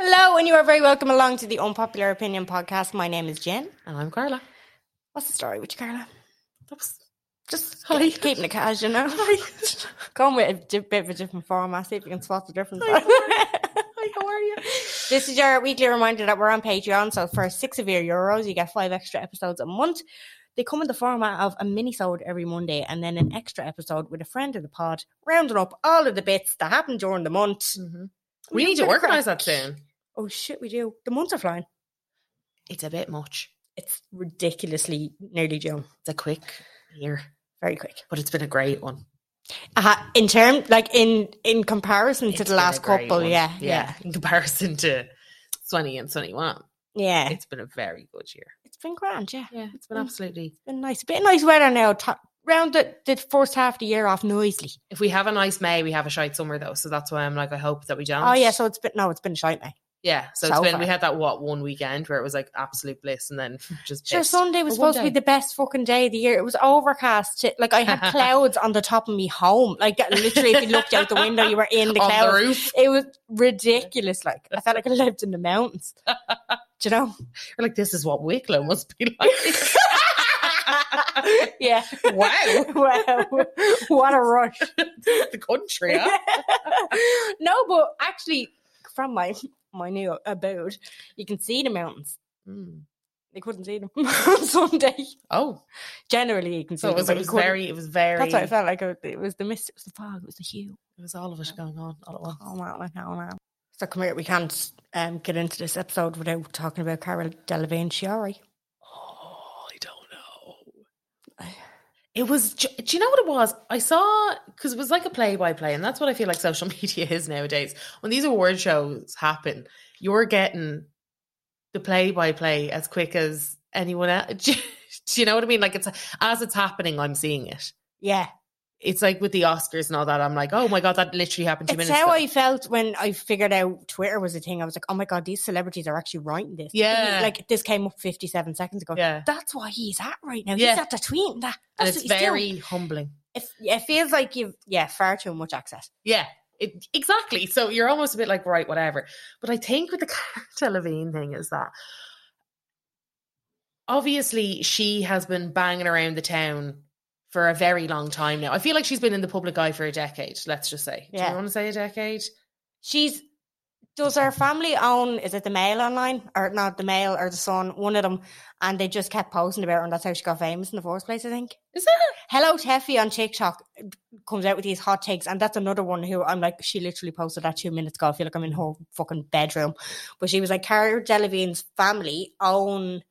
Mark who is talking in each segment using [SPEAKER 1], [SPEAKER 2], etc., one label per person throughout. [SPEAKER 1] Hello, and you are very welcome along to the Unpopular Opinion podcast. My name is Jen.
[SPEAKER 2] And I'm Carla.
[SPEAKER 1] What's the story with you, Carla?
[SPEAKER 2] That was
[SPEAKER 1] Just
[SPEAKER 2] Hi.
[SPEAKER 1] keep- keeping it cash, you know. Going with a di- bit of a different format, see if you can spot the difference.
[SPEAKER 2] Hi, how are you?
[SPEAKER 1] this is your weekly reminder that we're on Patreon. So for six of your euros, you get five extra episodes a month. They come in the format of a mini-sode every Monday and then an extra episode with a friend of the pod, rounding up all of the bits that happened during the month.
[SPEAKER 2] Mm-hmm. We need to
[SPEAKER 1] Bit of
[SPEAKER 2] organise
[SPEAKER 1] crack.
[SPEAKER 2] that soon.
[SPEAKER 1] Oh shit, we do. The months are flying.
[SPEAKER 2] It's a bit much.
[SPEAKER 1] It's ridiculously nearly June.
[SPEAKER 2] It's a quick year,
[SPEAKER 1] Very quick.
[SPEAKER 2] but it's been a great one.
[SPEAKER 1] Uh, in term, like in in comparison
[SPEAKER 2] It's
[SPEAKER 1] to the
[SPEAKER 2] been
[SPEAKER 1] last
[SPEAKER 2] a great
[SPEAKER 1] couple,
[SPEAKER 2] one.
[SPEAKER 1] yeah,
[SPEAKER 2] yeah. In comparison to 20 and 21,
[SPEAKER 1] yeah,
[SPEAKER 2] it's been a very good year.
[SPEAKER 1] it's been grand, yeah,
[SPEAKER 2] Yeah, it's been
[SPEAKER 1] Mm.
[SPEAKER 2] absolutely.
[SPEAKER 1] been nice, bit of nice weather now. T- round the, the first half of the year off noisily.
[SPEAKER 2] If we have a nice May, we have a shite summer though, so that's why I'm like, I hope that we don't.
[SPEAKER 1] Oh yeah, so it's been no, it's been shite now.
[SPEAKER 2] yeah. So it's
[SPEAKER 1] so
[SPEAKER 2] been
[SPEAKER 1] far.
[SPEAKER 2] we had that what one weekend where it was like absolute bliss, and then just
[SPEAKER 1] Sure,
[SPEAKER 2] pissed.
[SPEAKER 1] Sunday was
[SPEAKER 2] Or one
[SPEAKER 1] supposed to be
[SPEAKER 2] day.
[SPEAKER 1] the best fucking day of the year. It was overcast. It- Like I had clouds on the top of me home. Like that- literally, if you looked out the window, you were in the
[SPEAKER 2] on
[SPEAKER 1] clouds.
[SPEAKER 2] the roof.
[SPEAKER 1] It was ridiculous. Like I felt like I lived in the mountains. Do you know?
[SPEAKER 2] You're like, this is what Wicklow must be like.
[SPEAKER 1] Yeah.
[SPEAKER 2] wow,
[SPEAKER 1] wow. What a rush.
[SPEAKER 2] the country. Huh?
[SPEAKER 1] no, but actually, from my my new abode, you can see the mountains.
[SPEAKER 2] Mm.
[SPEAKER 1] They couldn't see them on Sunday.
[SPEAKER 2] Oh,
[SPEAKER 1] Generally, you can see
[SPEAKER 2] so it was,
[SPEAKER 1] them. but you
[SPEAKER 2] it was
[SPEAKER 1] couldn't.
[SPEAKER 2] very, it was very.
[SPEAKER 1] That's what it felt like. It it was the mist. It was the fog. It was the hue.
[SPEAKER 2] It was all of it going on all at once.
[SPEAKER 1] Oh wow! wow, wow, wow. So come here. We can't um, get into this episode without talking about Carol Delevingne Shiori.
[SPEAKER 2] Oh, I don't know. It was. ju- Do you know what it was? I saw because it was like a play-by-play, and that's what I feel like social media is nowadays. When these award shows happen, you're getting the play-by-play as quick as anyone else. Do you, do you know what I mean? Like it's as it's happening, I'm seeing it.
[SPEAKER 1] Yeah,
[SPEAKER 2] It's like with the Oscars and all that. I'm like, oh my god, that literally happened two
[SPEAKER 1] it's
[SPEAKER 2] minutes
[SPEAKER 1] how
[SPEAKER 2] ago.
[SPEAKER 1] I felt when I figured out Twitter was a thing. I was like, oh my god, these celebrities are actually writing this.
[SPEAKER 2] Yeah.
[SPEAKER 1] like this came up fifty-seven seconds ago.
[SPEAKER 2] yeah,
[SPEAKER 1] that's why he's at right now.
[SPEAKER 2] Yeah.
[SPEAKER 1] He's at the tweet and that.
[SPEAKER 2] and
[SPEAKER 1] That's
[SPEAKER 2] it's
[SPEAKER 1] what he's
[SPEAKER 2] very
[SPEAKER 1] doing.
[SPEAKER 2] humbling.
[SPEAKER 1] It, it feels like you've yeah far too much access.
[SPEAKER 2] Yeah, it, exactly. So you're almost a bit like, right, whatever. But I think with the Cara Delevingne thing is that obviously she has been banging around the town for a very long time now. I feel like she's been in the public eye for a decade. Let's just say, do
[SPEAKER 1] Yeah.
[SPEAKER 2] you want to say a decade?
[SPEAKER 1] She's does her family own is it the Mail online or not the Mail or the Sun one of them, and they just kept posting about her and that's how she got famous in the first place. I think.
[SPEAKER 2] Is it?
[SPEAKER 1] Hello Teffy on TikTok uh, comes out with these hot takes, and that's another one who I'm like, she literally posted that two minutes ago. I feel like I'm in her fucking bedroom, but she was like, Cara Delevingne's family own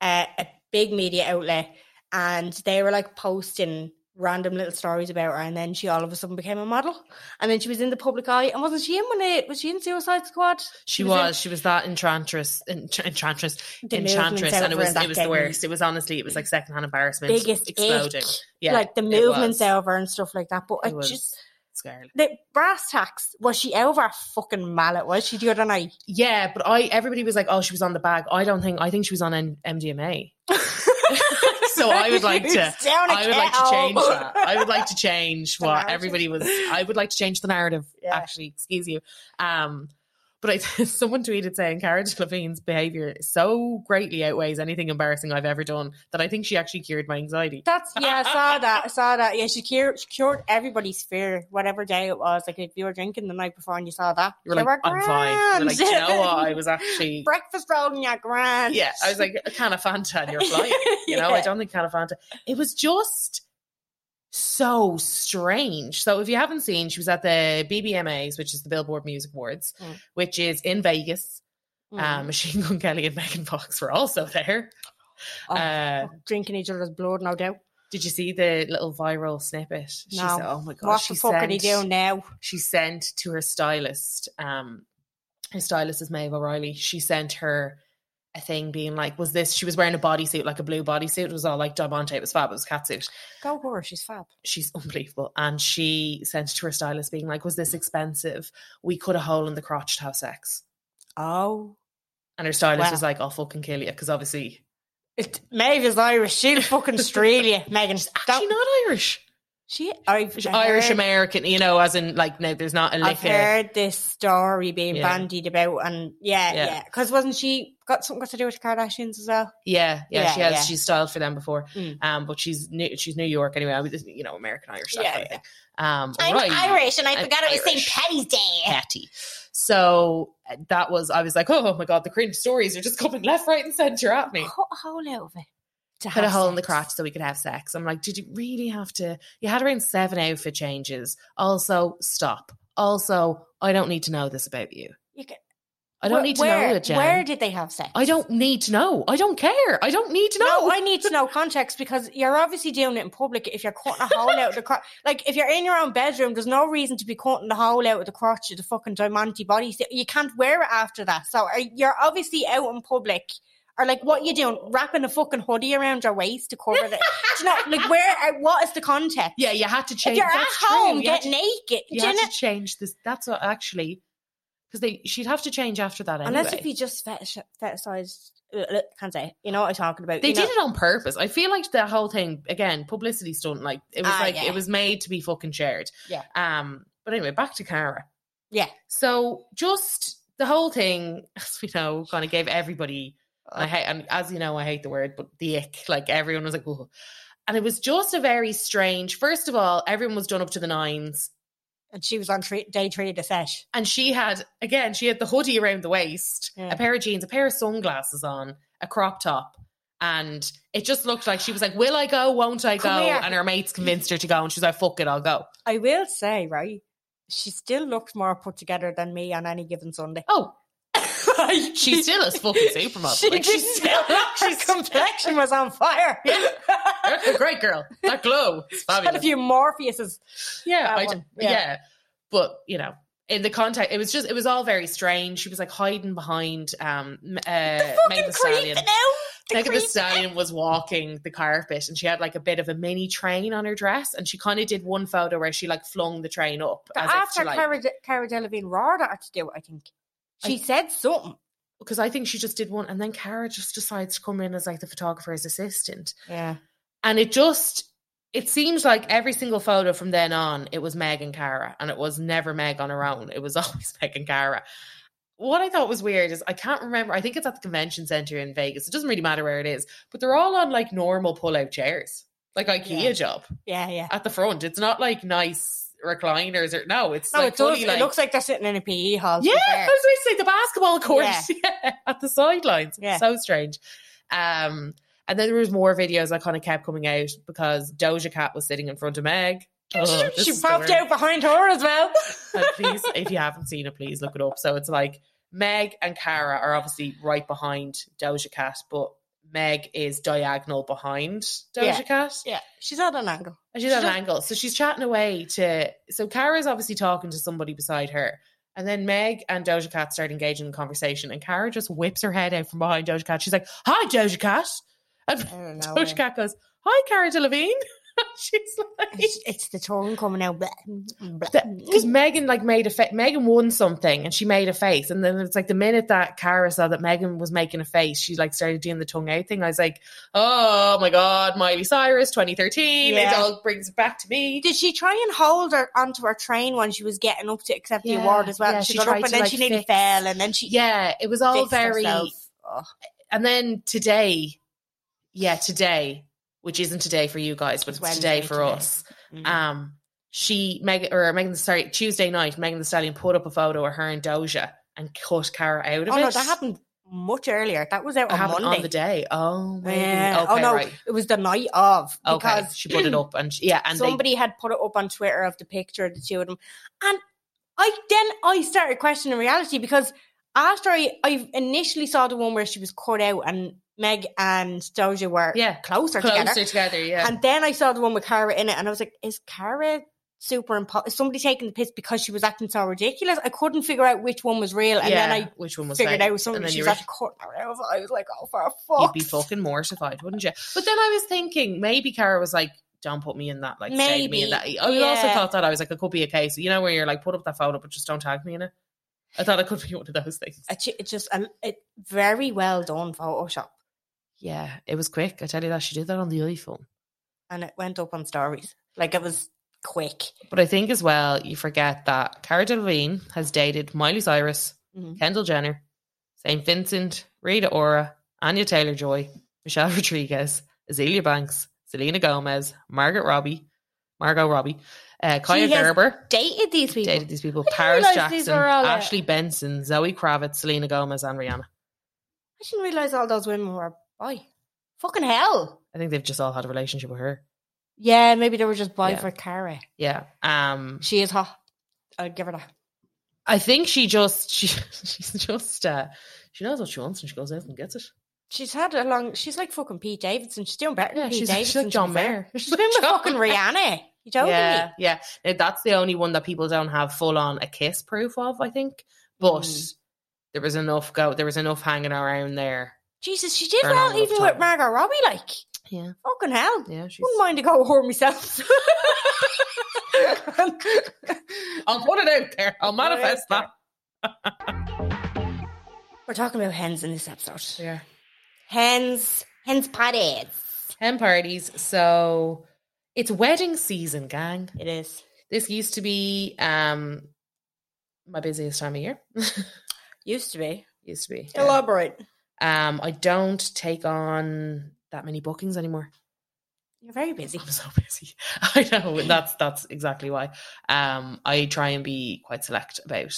[SPEAKER 1] uh, a big media outlet, and they were like posting random little stories about her, and then she all of a sudden became a model, and then she was in the public eye, and wasn't she in when it was she in Suicide Squad?
[SPEAKER 2] She
[SPEAKER 1] was
[SPEAKER 2] was.
[SPEAKER 1] in-
[SPEAKER 2] she was that enchantress, ench- enchantress,
[SPEAKER 1] The
[SPEAKER 2] enchantress,
[SPEAKER 1] movements
[SPEAKER 2] and
[SPEAKER 1] over
[SPEAKER 2] it was
[SPEAKER 1] in that
[SPEAKER 2] it was the
[SPEAKER 1] game.
[SPEAKER 2] worst. It was honestly, it was like secondhand embarrassment,
[SPEAKER 1] Biggest
[SPEAKER 2] exploding.
[SPEAKER 1] ick.
[SPEAKER 2] Yeah,
[SPEAKER 1] like the
[SPEAKER 2] it
[SPEAKER 1] movements
[SPEAKER 2] was.
[SPEAKER 1] over and stuff like that. But I
[SPEAKER 2] It was.
[SPEAKER 1] just.
[SPEAKER 2] Scarlet.
[SPEAKER 1] The brass tacks was she over a fucking mallet? Was she the other night?
[SPEAKER 2] Yeah, but I everybody was like, "Oh, she was on the bag." I don't think. I think she was on N- MDMA. So I would like to.
[SPEAKER 1] It's down a
[SPEAKER 2] I would like to
[SPEAKER 1] cow.
[SPEAKER 2] change that. I would like to change
[SPEAKER 1] The
[SPEAKER 2] what
[SPEAKER 1] narrative.
[SPEAKER 2] everybody was. I would like to change the narrative.
[SPEAKER 1] Yeah.
[SPEAKER 2] Actually, excuse you. Um, But I, someone tweeted saying Cara Delevingne's behavior so greatly outweighs anything embarrassing I've ever done that I think she actually cured my anxiety.
[SPEAKER 1] That's yeah, I saw that. I saw that. Yeah, she cured, she cured everybody's fear, whatever day it was. Like if you were drinking the night before and you saw that,
[SPEAKER 2] You were like, I'm fine. You were like, "Do you know what? I was actually.
[SPEAKER 1] breakfast roll and your grand.
[SPEAKER 2] Yeah, I was like, a can of Fanta and you're flying. You know, I
[SPEAKER 1] Yeah.
[SPEAKER 2] don't think can of Fanta. It was just so strange. So if you haven't seen, she was at the BBMAs, which is the Billboard Music Awards,
[SPEAKER 1] Mm.
[SPEAKER 2] which is in Vegas. Um,
[SPEAKER 1] Mm.
[SPEAKER 2] Machine Gun Kelly and Megan Fox were also there.
[SPEAKER 1] Oh,
[SPEAKER 2] Uh,
[SPEAKER 1] drinking each other's blood, no doubt.
[SPEAKER 2] did you see the little viral snippet? She
[SPEAKER 1] No.
[SPEAKER 2] said, oh my god,
[SPEAKER 1] what
[SPEAKER 2] she
[SPEAKER 1] the fuck are they
[SPEAKER 2] sent-
[SPEAKER 1] doing now?
[SPEAKER 2] she sent to her stylist. Um, her stylist is Maeve O'Reilly. She sent her a thing being like, "Was this?" She was wearing a bodysuit, like a blue bodysuit. It was all like diamante. It was fab. It was catsuit.
[SPEAKER 1] Go her, she's fab.
[SPEAKER 2] She's unbelievable. And she sent it to her stylist, being like, "Was this expensive? We cut a hole in the crotch to have sex."
[SPEAKER 1] Oh.
[SPEAKER 2] And her stylist
[SPEAKER 1] Wow.
[SPEAKER 2] was like, "I'll fucking kill you," because obviously
[SPEAKER 1] It, Maeve is Irish. She'll fucking Australia, Megan.
[SPEAKER 2] she's actually not Irish.
[SPEAKER 1] She, I've
[SPEAKER 2] She's Irish
[SPEAKER 1] heard-
[SPEAKER 2] American, you know, as in like, no, there's not a
[SPEAKER 1] I've
[SPEAKER 2] lick of
[SPEAKER 1] heard this story being
[SPEAKER 2] Yeah.
[SPEAKER 1] bandied about, and yeah,
[SPEAKER 2] Yeah.
[SPEAKER 1] yeah. Because wasn't she got something got to do with the Kardashians as well?
[SPEAKER 2] Yeah, yeah, she
[SPEAKER 1] Yeah,
[SPEAKER 2] has.
[SPEAKER 1] yeah.
[SPEAKER 2] She's styled for them before,
[SPEAKER 1] Mm.
[SPEAKER 2] um, but she's new, she's New York anyway. I was, you know, American Irish stuff.
[SPEAKER 1] Yeah,
[SPEAKER 2] kind of thing. Um, right.
[SPEAKER 1] and I
[SPEAKER 2] I'm forgot it was St. Irish.
[SPEAKER 1] Patty's Day.
[SPEAKER 2] Patty. So uh, that was. I was like, oh my god, the cringe stories are just coming left, right, and center at me.
[SPEAKER 1] Cut a hole out of it. to
[SPEAKER 2] Put a
[SPEAKER 1] have
[SPEAKER 2] hole in the
[SPEAKER 1] sex.
[SPEAKER 2] crotch so we could have sex. I'm like, did you really have to? You had around seven outfit changes. Also, stop. Also, I don't need to know this about you.
[SPEAKER 1] You ca-
[SPEAKER 2] I don't
[SPEAKER 1] Where-
[SPEAKER 2] need to
[SPEAKER 1] where,
[SPEAKER 2] know it, Jen.
[SPEAKER 1] Where did they have sex?
[SPEAKER 2] I don't need to know. I don't care. I don't need to know.
[SPEAKER 1] No, I need to know context because you're obviously doing it in public. If you're cutting a hole out of the crotch, like if you're in your own bedroom, there's no reason to be cutting the hole out of the crotch of the fucking diamante body. So You can't wear it after that. So are, you're obviously out in public. Or like, what you doing? Wrapping a fucking hoodie around your waist to cover the. Do you know, like, where? uh, What is the context?
[SPEAKER 2] yeah, you had to
[SPEAKER 1] if
[SPEAKER 2] change.
[SPEAKER 1] you're at
[SPEAKER 2] That's true.
[SPEAKER 1] home,
[SPEAKER 2] You
[SPEAKER 1] get
[SPEAKER 2] had to
[SPEAKER 1] naked. Do
[SPEAKER 2] you
[SPEAKER 1] you
[SPEAKER 2] have
[SPEAKER 1] know?
[SPEAKER 2] to change this. That's what actually, because they she'd have to change after that anyway.
[SPEAKER 1] Unless if you just fetish, fetishized, uh, can't say. it. You know what I'm talking about?
[SPEAKER 2] they
[SPEAKER 1] you know?
[SPEAKER 2] did it on purpose. I feel like the whole thing again, publicity stunt. Like it was
[SPEAKER 1] Ah,
[SPEAKER 2] like
[SPEAKER 1] yeah.
[SPEAKER 2] it was made to be fucking shared.
[SPEAKER 1] Yeah.
[SPEAKER 2] Um. But anyway, back to Cara.
[SPEAKER 1] Yeah.
[SPEAKER 2] So just the whole thing, as we know, kind of gave everybody.
[SPEAKER 1] Uh,
[SPEAKER 2] I hate, and as you know, I hate the word, but the ick. Like everyone was like, Whoa. and it was just a very strange. First of all, everyone was done up to the nines.
[SPEAKER 1] And she was on tre- day three of the sesh.
[SPEAKER 2] and she had again she had the hoodie around the waist
[SPEAKER 1] Yeah.
[SPEAKER 2] a pair of jeans a pair of sunglasses on a crop top and it just looked like she was like will i go won't i go
[SPEAKER 1] Come here.
[SPEAKER 2] and her mates convinced her to go and she's like fuck it i'll go
[SPEAKER 1] I will say, right, she still looked more put together than me on any given Sunday.
[SPEAKER 2] oh she still is fucking supermodel
[SPEAKER 1] She
[SPEAKER 2] like, she's
[SPEAKER 1] did
[SPEAKER 2] still
[SPEAKER 1] Her
[SPEAKER 2] she's
[SPEAKER 1] complexion was on fire.
[SPEAKER 2] Yeah. a great girl that glow it's
[SPEAKER 1] Had a
[SPEAKER 2] fabulous
[SPEAKER 1] few Morpheuses.
[SPEAKER 2] yeah,
[SPEAKER 1] that
[SPEAKER 2] I d-
[SPEAKER 1] one.
[SPEAKER 2] yeah
[SPEAKER 1] Yeah.
[SPEAKER 2] but you know in the context it was just it was all very strange she was like hiding behind um m- uh Megan Thee
[SPEAKER 1] creep
[SPEAKER 2] Stallion.
[SPEAKER 1] now. The
[SPEAKER 2] Megan Thee
[SPEAKER 1] creep.
[SPEAKER 2] Stallion was walking the carpet and she had like a bit of a mini train on her dress and she kind of did one photo where she like flung the train up
[SPEAKER 1] But
[SPEAKER 2] as if
[SPEAKER 1] after
[SPEAKER 2] to like
[SPEAKER 1] Cara, De- Cara Delevingne roared at her to do it, I think. She
[SPEAKER 2] I-
[SPEAKER 1] said something.
[SPEAKER 2] because I think she just did one and then Cara just decides to come in as like the photographer's assistant
[SPEAKER 1] Yeah.
[SPEAKER 2] and it just it seems like every single photo from then on it was Meg and Cara and it was never Meg on her own it was always Meg and Cara what I thought was weird is I can't remember I think it's at the convention center in Vegas it doesn't really matter where it is but they're all on like normal pull out chairs like IKEA
[SPEAKER 1] Yeah.
[SPEAKER 2] job
[SPEAKER 1] Yeah, yeah.
[SPEAKER 2] at the front. It's not like nice recliners or no, it's
[SPEAKER 1] No,
[SPEAKER 2] like
[SPEAKER 1] it does.
[SPEAKER 2] fully like
[SPEAKER 1] it looks like they're sitting in a PE hall. to be
[SPEAKER 2] yeah, I
[SPEAKER 1] fair.
[SPEAKER 2] was going to say the basketball court yeah. at the sidelines.
[SPEAKER 1] Yeah.
[SPEAKER 2] So strange. Um, and then there was more videos that kind of kept coming out because Doja Cat was sitting in front of Meg. Oh, this
[SPEAKER 1] she
[SPEAKER 2] is the
[SPEAKER 1] popped
[SPEAKER 2] worst.
[SPEAKER 1] out behind her as well.
[SPEAKER 2] And please, if you haven't seen it, please look it up. So it's like Meg and Cara are obviously right behind Doja Cat, but Meg is diagonal behind Doja
[SPEAKER 1] Yeah.
[SPEAKER 2] Cat.
[SPEAKER 1] yeah, she's at an angle.
[SPEAKER 2] And she's
[SPEAKER 1] She
[SPEAKER 2] at an
[SPEAKER 1] does-
[SPEAKER 2] angle. So she's chatting away to. So Kara's obviously talking to somebody beside her. And then Meg and Doja Cat start engaging in conversation. And Kara just whips her head out from behind Doja Cat. She's like, Hi, Doja Cat. And
[SPEAKER 1] I don't know.
[SPEAKER 2] Doja Cat goes, Hi, Cara Delevingne. She's like,
[SPEAKER 1] It's, it's the tongue coming out. Blah,
[SPEAKER 2] mm,
[SPEAKER 1] blah.
[SPEAKER 2] because Megan like made a fa- Megan won something and she made a face, and then it's like the minute that Cara saw that Megan was making a face, she like started doing the tongue out thing. I was like, oh my god, Miley Cyrus, 2013, it
[SPEAKER 1] Yeah.
[SPEAKER 2] all brings it back to me.
[SPEAKER 1] Did she try and hold her onto her train when she was getting up to accept
[SPEAKER 2] Yeah,
[SPEAKER 1] the award as well?
[SPEAKER 2] yeah,
[SPEAKER 1] she,
[SPEAKER 2] she
[SPEAKER 1] got up
[SPEAKER 2] tried
[SPEAKER 1] and
[SPEAKER 2] to,
[SPEAKER 1] then
[SPEAKER 2] like,
[SPEAKER 1] she nearly
[SPEAKER 2] fix-
[SPEAKER 1] fell, and then she
[SPEAKER 2] Yeah, it was all
[SPEAKER 1] fixed
[SPEAKER 2] very.
[SPEAKER 1] herself. Oh, Ugh.
[SPEAKER 2] And then today, yeah, today, which isn't today for you guys, but
[SPEAKER 1] It's
[SPEAKER 2] it's, today
[SPEAKER 1] Wednesday
[SPEAKER 2] for
[SPEAKER 1] today.
[SPEAKER 2] us.
[SPEAKER 1] Mhm.
[SPEAKER 2] Um, she Megan or Megan sorry Tuesday night, Megan the Stallion put up a photo of her and Doja and cut Cara out of
[SPEAKER 1] Oh
[SPEAKER 2] it.
[SPEAKER 1] no, that happened much earlier. That was out
[SPEAKER 2] It
[SPEAKER 1] on
[SPEAKER 2] happened
[SPEAKER 1] Monday.
[SPEAKER 2] on the day. Oh, maybe.
[SPEAKER 1] Yeah.
[SPEAKER 2] okay,
[SPEAKER 1] oh no,
[SPEAKER 2] right.
[SPEAKER 1] it was the night of
[SPEAKER 2] Okay,
[SPEAKER 1] because
[SPEAKER 2] she put it up and she- yeah, and they-
[SPEAKER 1] somebody had put it up on Twitter of the picture of the two of them, and I then I started questioning reality because after I, I initially saw the one where she was cut out and Meg and Doja were
[SPEAKER 2] yeah,
[SPEAKER 1] closer,
[SPEAKER 2] closer
[SPEAKER 1] together,
[SPEAKER 2] together. yeah,
[SPEAKER 1] and then I saw the one with Cara in it, and I was like, is Cara? Super impo- is somebody taking the piss because she was acting so ridiculous. I couldn't figure out which one was real, and
[SPEAKER 2] yeah.
[SPEAKER 1] then I
[SPEAKER 2] which one was
[SPEAKER 1] figured
[SPEAKER 2] fake?
[SPEAKER 1] out somebody
[SPEAKER 2] then
[SPEAKER 1] she
[SPEAKER 2] you
[SPEAKER 1] was
[SPEAKER 2] were-
[SPEAKER 1] actually cutting her out. I was like, oh, for
[SPEAKER 2] You'd
[SPEAKER 1] fuck.
[SPEAKER 2] be fucking mortified, wouldn't you? But then I was thinking maybe Cara was like, "Don't put me in that." Like, save me in that.
[SPEAKER 1] Maybe,
[SPEAKER 2] I also
[SPEAKER 1] yeah.
[SPEAKER 2] thought that I was like, it could be a case, you know, where you're like, put up that photo, but just don't tag me in it. I thought it could be one of those things.
[SPEAKER 1] It's ju- it's just a, it, very well done Photoshop,
[SPEAKER 2] Yeah, it was quick. I tell you that she did that on the iPhone.
[SPEAKER 1] and it went up on stories. Like it was quick.
[SPEAKER 2] But I think as well, you forget that Cara Delevingne has dated Miley Cyrus,
[SPEAKER 1] Mhm.
[SPEAKER 2] Kendall Jenner, St. Vincent, Rita Ora, Anya Taylor Joy, Michelle Rodriguez, Azealia Banks, Selena Gomez, Margaret Robbie, Margot Robbie, uh, Kaya
[SPEAKER 1] has
[SPEAKER 2] Gerber.
[SPEAKER 1] Dated these people.
[SPEAKER 2] Dated these people:
[SPEAKER 1] I
[SPEAKER 2] Paris
[SPEAKER 1] realised these
[SPEAKER 2] Jackson,
[SPEAKER 1] were all uh, out.
[SPEAKER 2] Ashley Benson, Zoe Kravitz, Selena Gomez, and Rihanna.
[SPEAKER 1] I didn't realize all those women were boy. Fucking hell.
[SPEAKER 2] I think they've just all had a relationship with her.
[SPEAKER 1] Yeah, maybe they were just boy
[SPEAKER 2] Yeah.
[SPEAKER 1] for Cara.
[SPEAKER 2] Yeah. Um.
[SPEAKER 1] She is hot. I'll give her that.
[SPEAKER 2] I think she just she she's just uh she knows what she wants and she goes out and gets it.
[SPEAKER 1] She's had a long. She's like fucking Pete Davidson. She's doing better
[SPEAKER 2] Yeah,
[SPEAKER 1] than Pete
[SPEAKER 2] she's- she's
[SPEAKER 1] Davidson.
[SPEAKER 2] like
[SPEAKER 1] to be
[SPEAKER 2] John
[SPEAKER 1] fair.
[SPEAKER 2] Mayer.
[SPEAKER 1] She's been with
[SPEAKER 2] John
[SPEAKER 1] fucking
[SPEAKER 2] Mayer.
[SPEAKER 1] Rihanna. You joking?
[SPEAKER 2] yeah, yeah. Now, That's the only one that people don't have full on a kiss proof of, I think. But
[SPEAKER 1] Mm.
[SPEAKER 2] there was enough go there was enough hanging around there.
[SPEAKER 1] Jesus, she did
[SPEAKER 2] For a long
[SPEAKER 1] well
[SPEAKER 2] enough
[SPEAKER 1] even
[SPEAKER 2] time.
[SPEAKER 1] with Margot Robbie. Like
[SPEAKER 2] Yeah.
[SPEAKER 1] fucking hell.
[SPEAKER 2] Yeah, she's
[SPEAKER 1] Wouldn't mind to go home myself.
[SPEAKER 2] I'll put it out there. I'll
[SPEAKER 1] Put it out
[SPEAKER 2] manifest that.
[SPEAKER 1] We're talking about hens in this episode.
[SPEAKER 2] Yeah.
[SPEAKER 1] Hens, hens parties.
[SPEAKER 2] Hen parties. So it's wedding season, gang.
[SPEAKER 1] It is.
[SPEAKER 2] This used to be um my busiest time of year.
[SPEAKER 1] Used to be.
[SPEAKER 2] used to be. yeah.
[SPEAKER 1] Elaborate.
[SPEAKER 2] Um, I don't take on that many bookings anymore.
[SPEAKER 1] You're very busy.
[SPEAKER 2] I'm so busy. I know and that's that's exactly why. Um, I try and be quite select about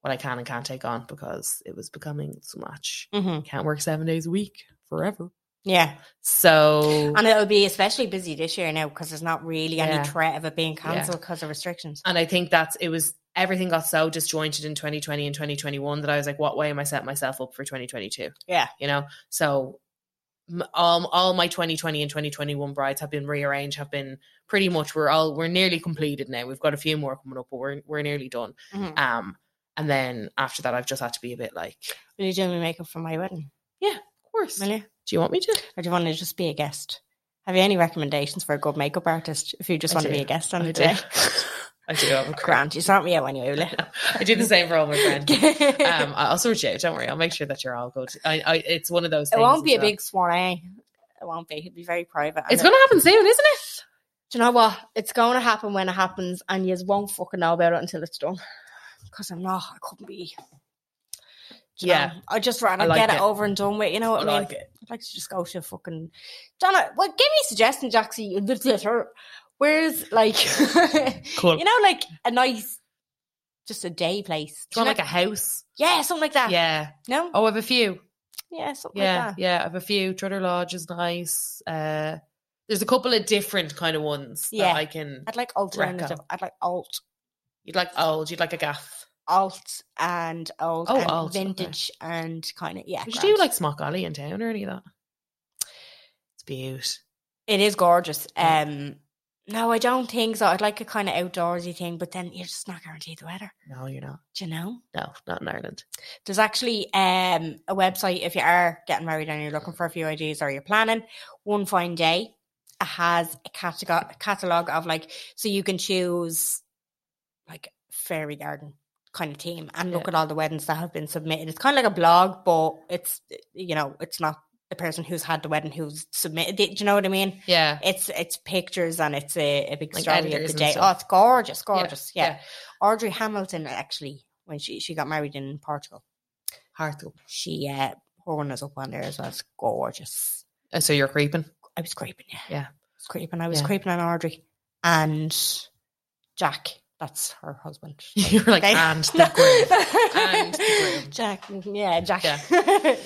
[SPEAKER 2] what I can and can't take on because it was becoming too much.
[SPEAKER 1] Mm-hmm.
[SPEAKER 2] I can't work seven days a week forever.
[SPEAKER 1] Yeah.
[SPEAKER 2] Mm-hmm. So
[SPEAKER 1] And it'll be especially busy this year now because there's not really
[SPEAKER 2] Yeah.
[SPEAKER 1] any threat of it being
[SPEAKER 2] Yeah.
[SPEAKER 1] cancelled because of restrictions.
[SPEAKER 2] and I think that's it was everything got so disjointed in 2020 and 2021 that I was like, what way am I setting myself up for 2022?
[SPEAKER 1] Yeah.
[SPEAKER 2] you know so m- um, all my 2020 and 2021 brides have been rearranged have been pretty much we're all we're nearly completed now we've got a few more coming up but we're, we're nearly done
[SPEAKER 1] Mhm.
[SPEAKER 2] um and then after that i've just had to be a bit like
[SPEAKER 1] Will you do my makeup for my wedding?
[SPEAKER 2] of course
[SPEAKER 1] Will you?
[SPEAKER 2] do you want me to
[SPEAKER 1] Or do you want to just be a guest? Have you any recommendations for a good makeup artist if you just
[SPEAKER 2] I
[SPEAKER 1] want to
[SPEAKER 2] do.
[SPEAKER 1] be a guest on
[SPEAKER 2] i
[SPEAKER 1] the
[SPEAKER 2] do
[SPEAKER 1] day?
[SPEAKER 2] i do have a crack.
[SPEAKER 1] Grant, you sort me out anyway, will you?
[SPEAKER 2] i do the same for all my friends um I- i'll sort you out don't worry i'll make sure that you're all good i, I it's one of those
[SPEAKER 1] It
[SPEAKER 2] things
[SPEAKER 1] won't be
[SPEAKER 2] as
[SPEAKER 1] a
[SPEAKER 2] well.
[SPEAKER 1] big soiree. It won't be. It'll be very private.
[SPEAKER 2] it's
[SPEAKER 1] And
[SPEAKER 2] gonna happen soon isn't it
[SPEAKER 1] it- do you know what? It's going to happen when it happens, and you won't fucking know about it until it's done. Because I'm not. I couldn't be. Do you
[SPEAKER 2] Yeah.
[SPEAKER 1] know? I just rather
[SPEAKER 2] I like
[SPEAKER 1] get it.
[SPEAKER 2] it.
[SPEAKER 1] over and done with. You know what I, mean?
[SPEAKER 2] it
[SPEAKER 1] I'd like to just go to a fucking. Donna, well, give me a suggestion, Jaxie. Where's like,
[SPEAKER 2] cool
[SPEAKER 1] you know, like a nice, just a day place.
[SPEAKER 2] do you want like a house
[SPEAKER 1] yeah, something like that.
[SPEAKER 2] yeah
[SPEAKER 1] No.
[SPEAKER 2] oh i have a few
[SPEAKER 1] Yeah, something
[SPEAKER 2] Yeah,
[SPEAKER 1] like that.
[SPEAKER 2] yeah. I have a few. Trudder Lodge is nice. Uh, there's a couple of different kind of ones
[SPEAKER 1] Yeah.
[SPEAKER 2] that I can.
[SPEAKER 1] I'd like alternative. I'd like alt
[SPEAKER 2] You'd like old. You'd like a gaff.
[SPEAKER 1] alt and old
[SPEAKER 2] Oh,
[SPEAKER 1] and
[SPEAKER 2] alt, okay.
[SPEAKER 1] vintage and kind of yeah.
[SPEAKER 2] Would you
[SPEAKER 1] grand.
[SPEAKER 2] do like Smock Alley in town or any of that? It's beaut.
[SPEAKER 1] it is gorgeous. Um, no, I don't think so. I'd like a kind of outdoorsy thing, but then you're just not guaranteed the weather.
[SPEAKER 2] No, you're not.
[SPEAKER 1] Do you know?
[SPEAKER 2] No, not in Ireland.
[SPEAKER 1] There's actually um a website if you are getting married and you're looking for a few ideas or you're planning. One fine day, has a catalog catalog of like so you can choose like fairy garden kind of theme and look
[SPEAKER 2] Yeah.
[SPEAKER 1] at all the weddings that have been submitted. It's kind of like a blog, but it's you know it's not the person who's had the wedding who's submitted it. Do you know what I mean?
[SPEAKER 2] Yeah.
[SPEAKER 1] It's it's pictures and it's a, a big
[SPEAKER 2] Like
[SPEAKER 1] story of
[SPEAKER 2] editors
[SPEAKER 1] the
[SPEAKER 2] and
[SPEAKER 1] day.
[SPEAKER 2] stuff.
[SPEAKER 1] Oh, it's gorgeous, gorgeous.
[SPEAKER 2] yeah.
[SPEAKER 1] yeah. Audrey Hamilton actually when she she got married in Portugal.
[SPEAKER 2] Hard to.
[SPEAKER 1] She uh her one is up on there as well. It's gorgeous.
[SPEAKER 2] Uh, So you're creeping.
[SPEAKER 1] I was creeping, yeah.
[SPEAKER 2] Yeah.
[SPEAKER 1] I was creeping. I was
[SPEAKER 2] Yeah.
[SPEAKER 1] creeping on Audrey. And Jack, that's her husband.
[SPEAKER 2] You're like,
[SPEAKER 1] Okay.
[SPEAKER 2] and the groom. And the groom.
[SPEAKER 1] Jack yeah, Jack.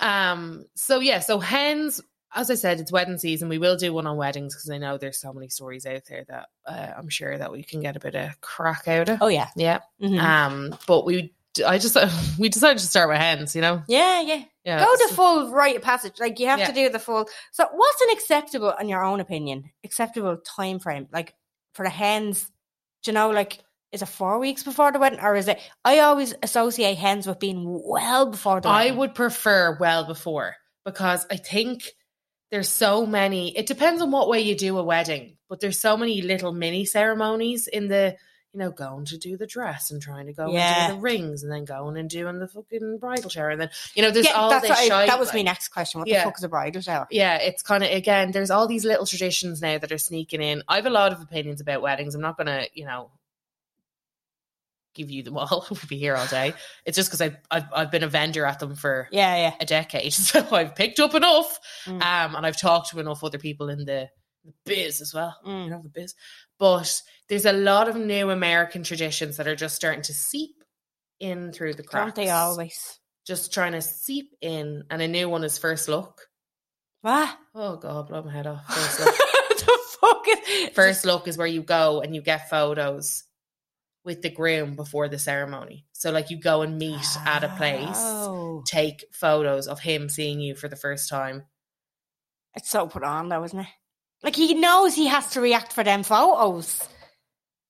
[SPEAKER 2] Um, so yeah, so hens, as I said, it's wedding season. We will do one on weddings because I know there's so many stories out there that uh, I'm sure that we can get a bit of crack out of.
[SPEAKER 1] oh yeah.
[SPEAKER 2] Yeah.
[SPEAKER 1] Mhm.
[SPEAKER 2] Um, but we, I just we decided to start with hens. You know,
[SPEAKER 1] yeah, yeah.
[SPEAKER 2] yeah.
[SPEAKER 1] Go the
[SPEAKER 2] Uh, so-
[SPEAKER 1] full rite of passage. Like you have
[SPEAKER 2] Yeah.
[SPEAKER 1] to do the full. So, what's an acceptable, in your own opinion, acceptable time frame? Like for the hens, do you know, like is it four weeks before the wedding, or is it? I always associate hens with being well before the.
[SPEAKER 2] I
[SPEAKER 1] wedding.
[SPEAKER 2] would prefer well before because I think there's so many. It depends on what way you do a wedding, but there's so many little mini ceremonies in the you know going to do the dress and trying to go and
[SPEAKER 1] Yeah.
[SPEAKER 2] do the rings and then going and doing the fucking bridal shower and then you know there's
[SPEAKER 1] Yeah,
[SPEAKER 2] all
[SPEAKER 1] that's
[SPEAKER 2] this
[SPEAKER 1] what I-
[SPEAKER 2] shite,
[SPEAKER 1] that was my
[SPEAKER 2] like-
[SPEAKER 1] next question. What
[SPEAKER 2] Yeah.
[SPEAKER 1] the fuck is a bridal shower?
[SPEAKER 2] yeah, it's kind of again. There's all these little traditions now that are sneaking in. I have a lot of opinions about weddings. I'm not gonna, you know, give you them all. we'll be here all day. It's just because I've, I've I've been a vendor at them for
[SPEAKER 1] Yeah, yeah.
[SPEAKER 2] a decade, so I've picked up enough,
[SPEAKER 1] Mm.
[SPEAKER 2] um, and I've talked to enough other people in the, the biz as well. You
[SPEAKER 1] Mm.
[SPEAKER 2] know the biz, but there's a lot of new American traditions that are just starting to seep in through the cracks.
[SPEAKER 1] Don't they always?
[SPEAKER 2] Just trying to seep in, and a new one is first look.
[SPEAKER 1] What?
[SPEAKER 2] Oh god, blow my head off. First look.
[SPEAKER 1] the fuck is
[SPEAKER 2] First look is where you go and you get photos with the groom before the ceremony. So like you go and meet at a place,
[SPEAKER 1] Oh.
[SPEAKER 2] take photos of him seeing you for the first time.
[SPEAKER 1] It's so put on though, isn't it? Like he knows he has to react for them photos.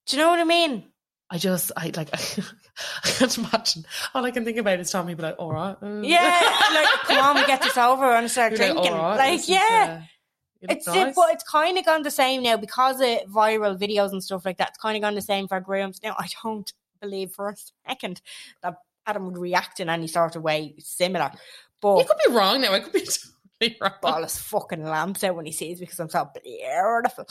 [SPEAKER 1] Do you know what I mean?
[SPEAKER 2] I just I like I can't imagine. All I can think about is Tommy be like, all right. uh."
[SPEAKER 1] Yeah, like come on, we get this over and start
[SPEAKER 2] You're
[SPEAKER 1] drinking. Like,
[SPEAKER 2] "All right, this is,
[SPEAKER 1] yeah,
[SPEAKER 2] uh, you look
[SPEAKER 1] it's
[SPEAKER 2] nice."
[SPEAKER 1] it, but it's kind of gone the same now because of viral videos and stuff like that. It's kind of gone the same for grooms now. I don't believe for a second that Adam would react in any sort of way similar. But
[SPEAKER 2] You could be wrong now. I could be totally wrong.
[SPEAKER 1] ball his fucking lamps out when he sees me because I'm so beautiful.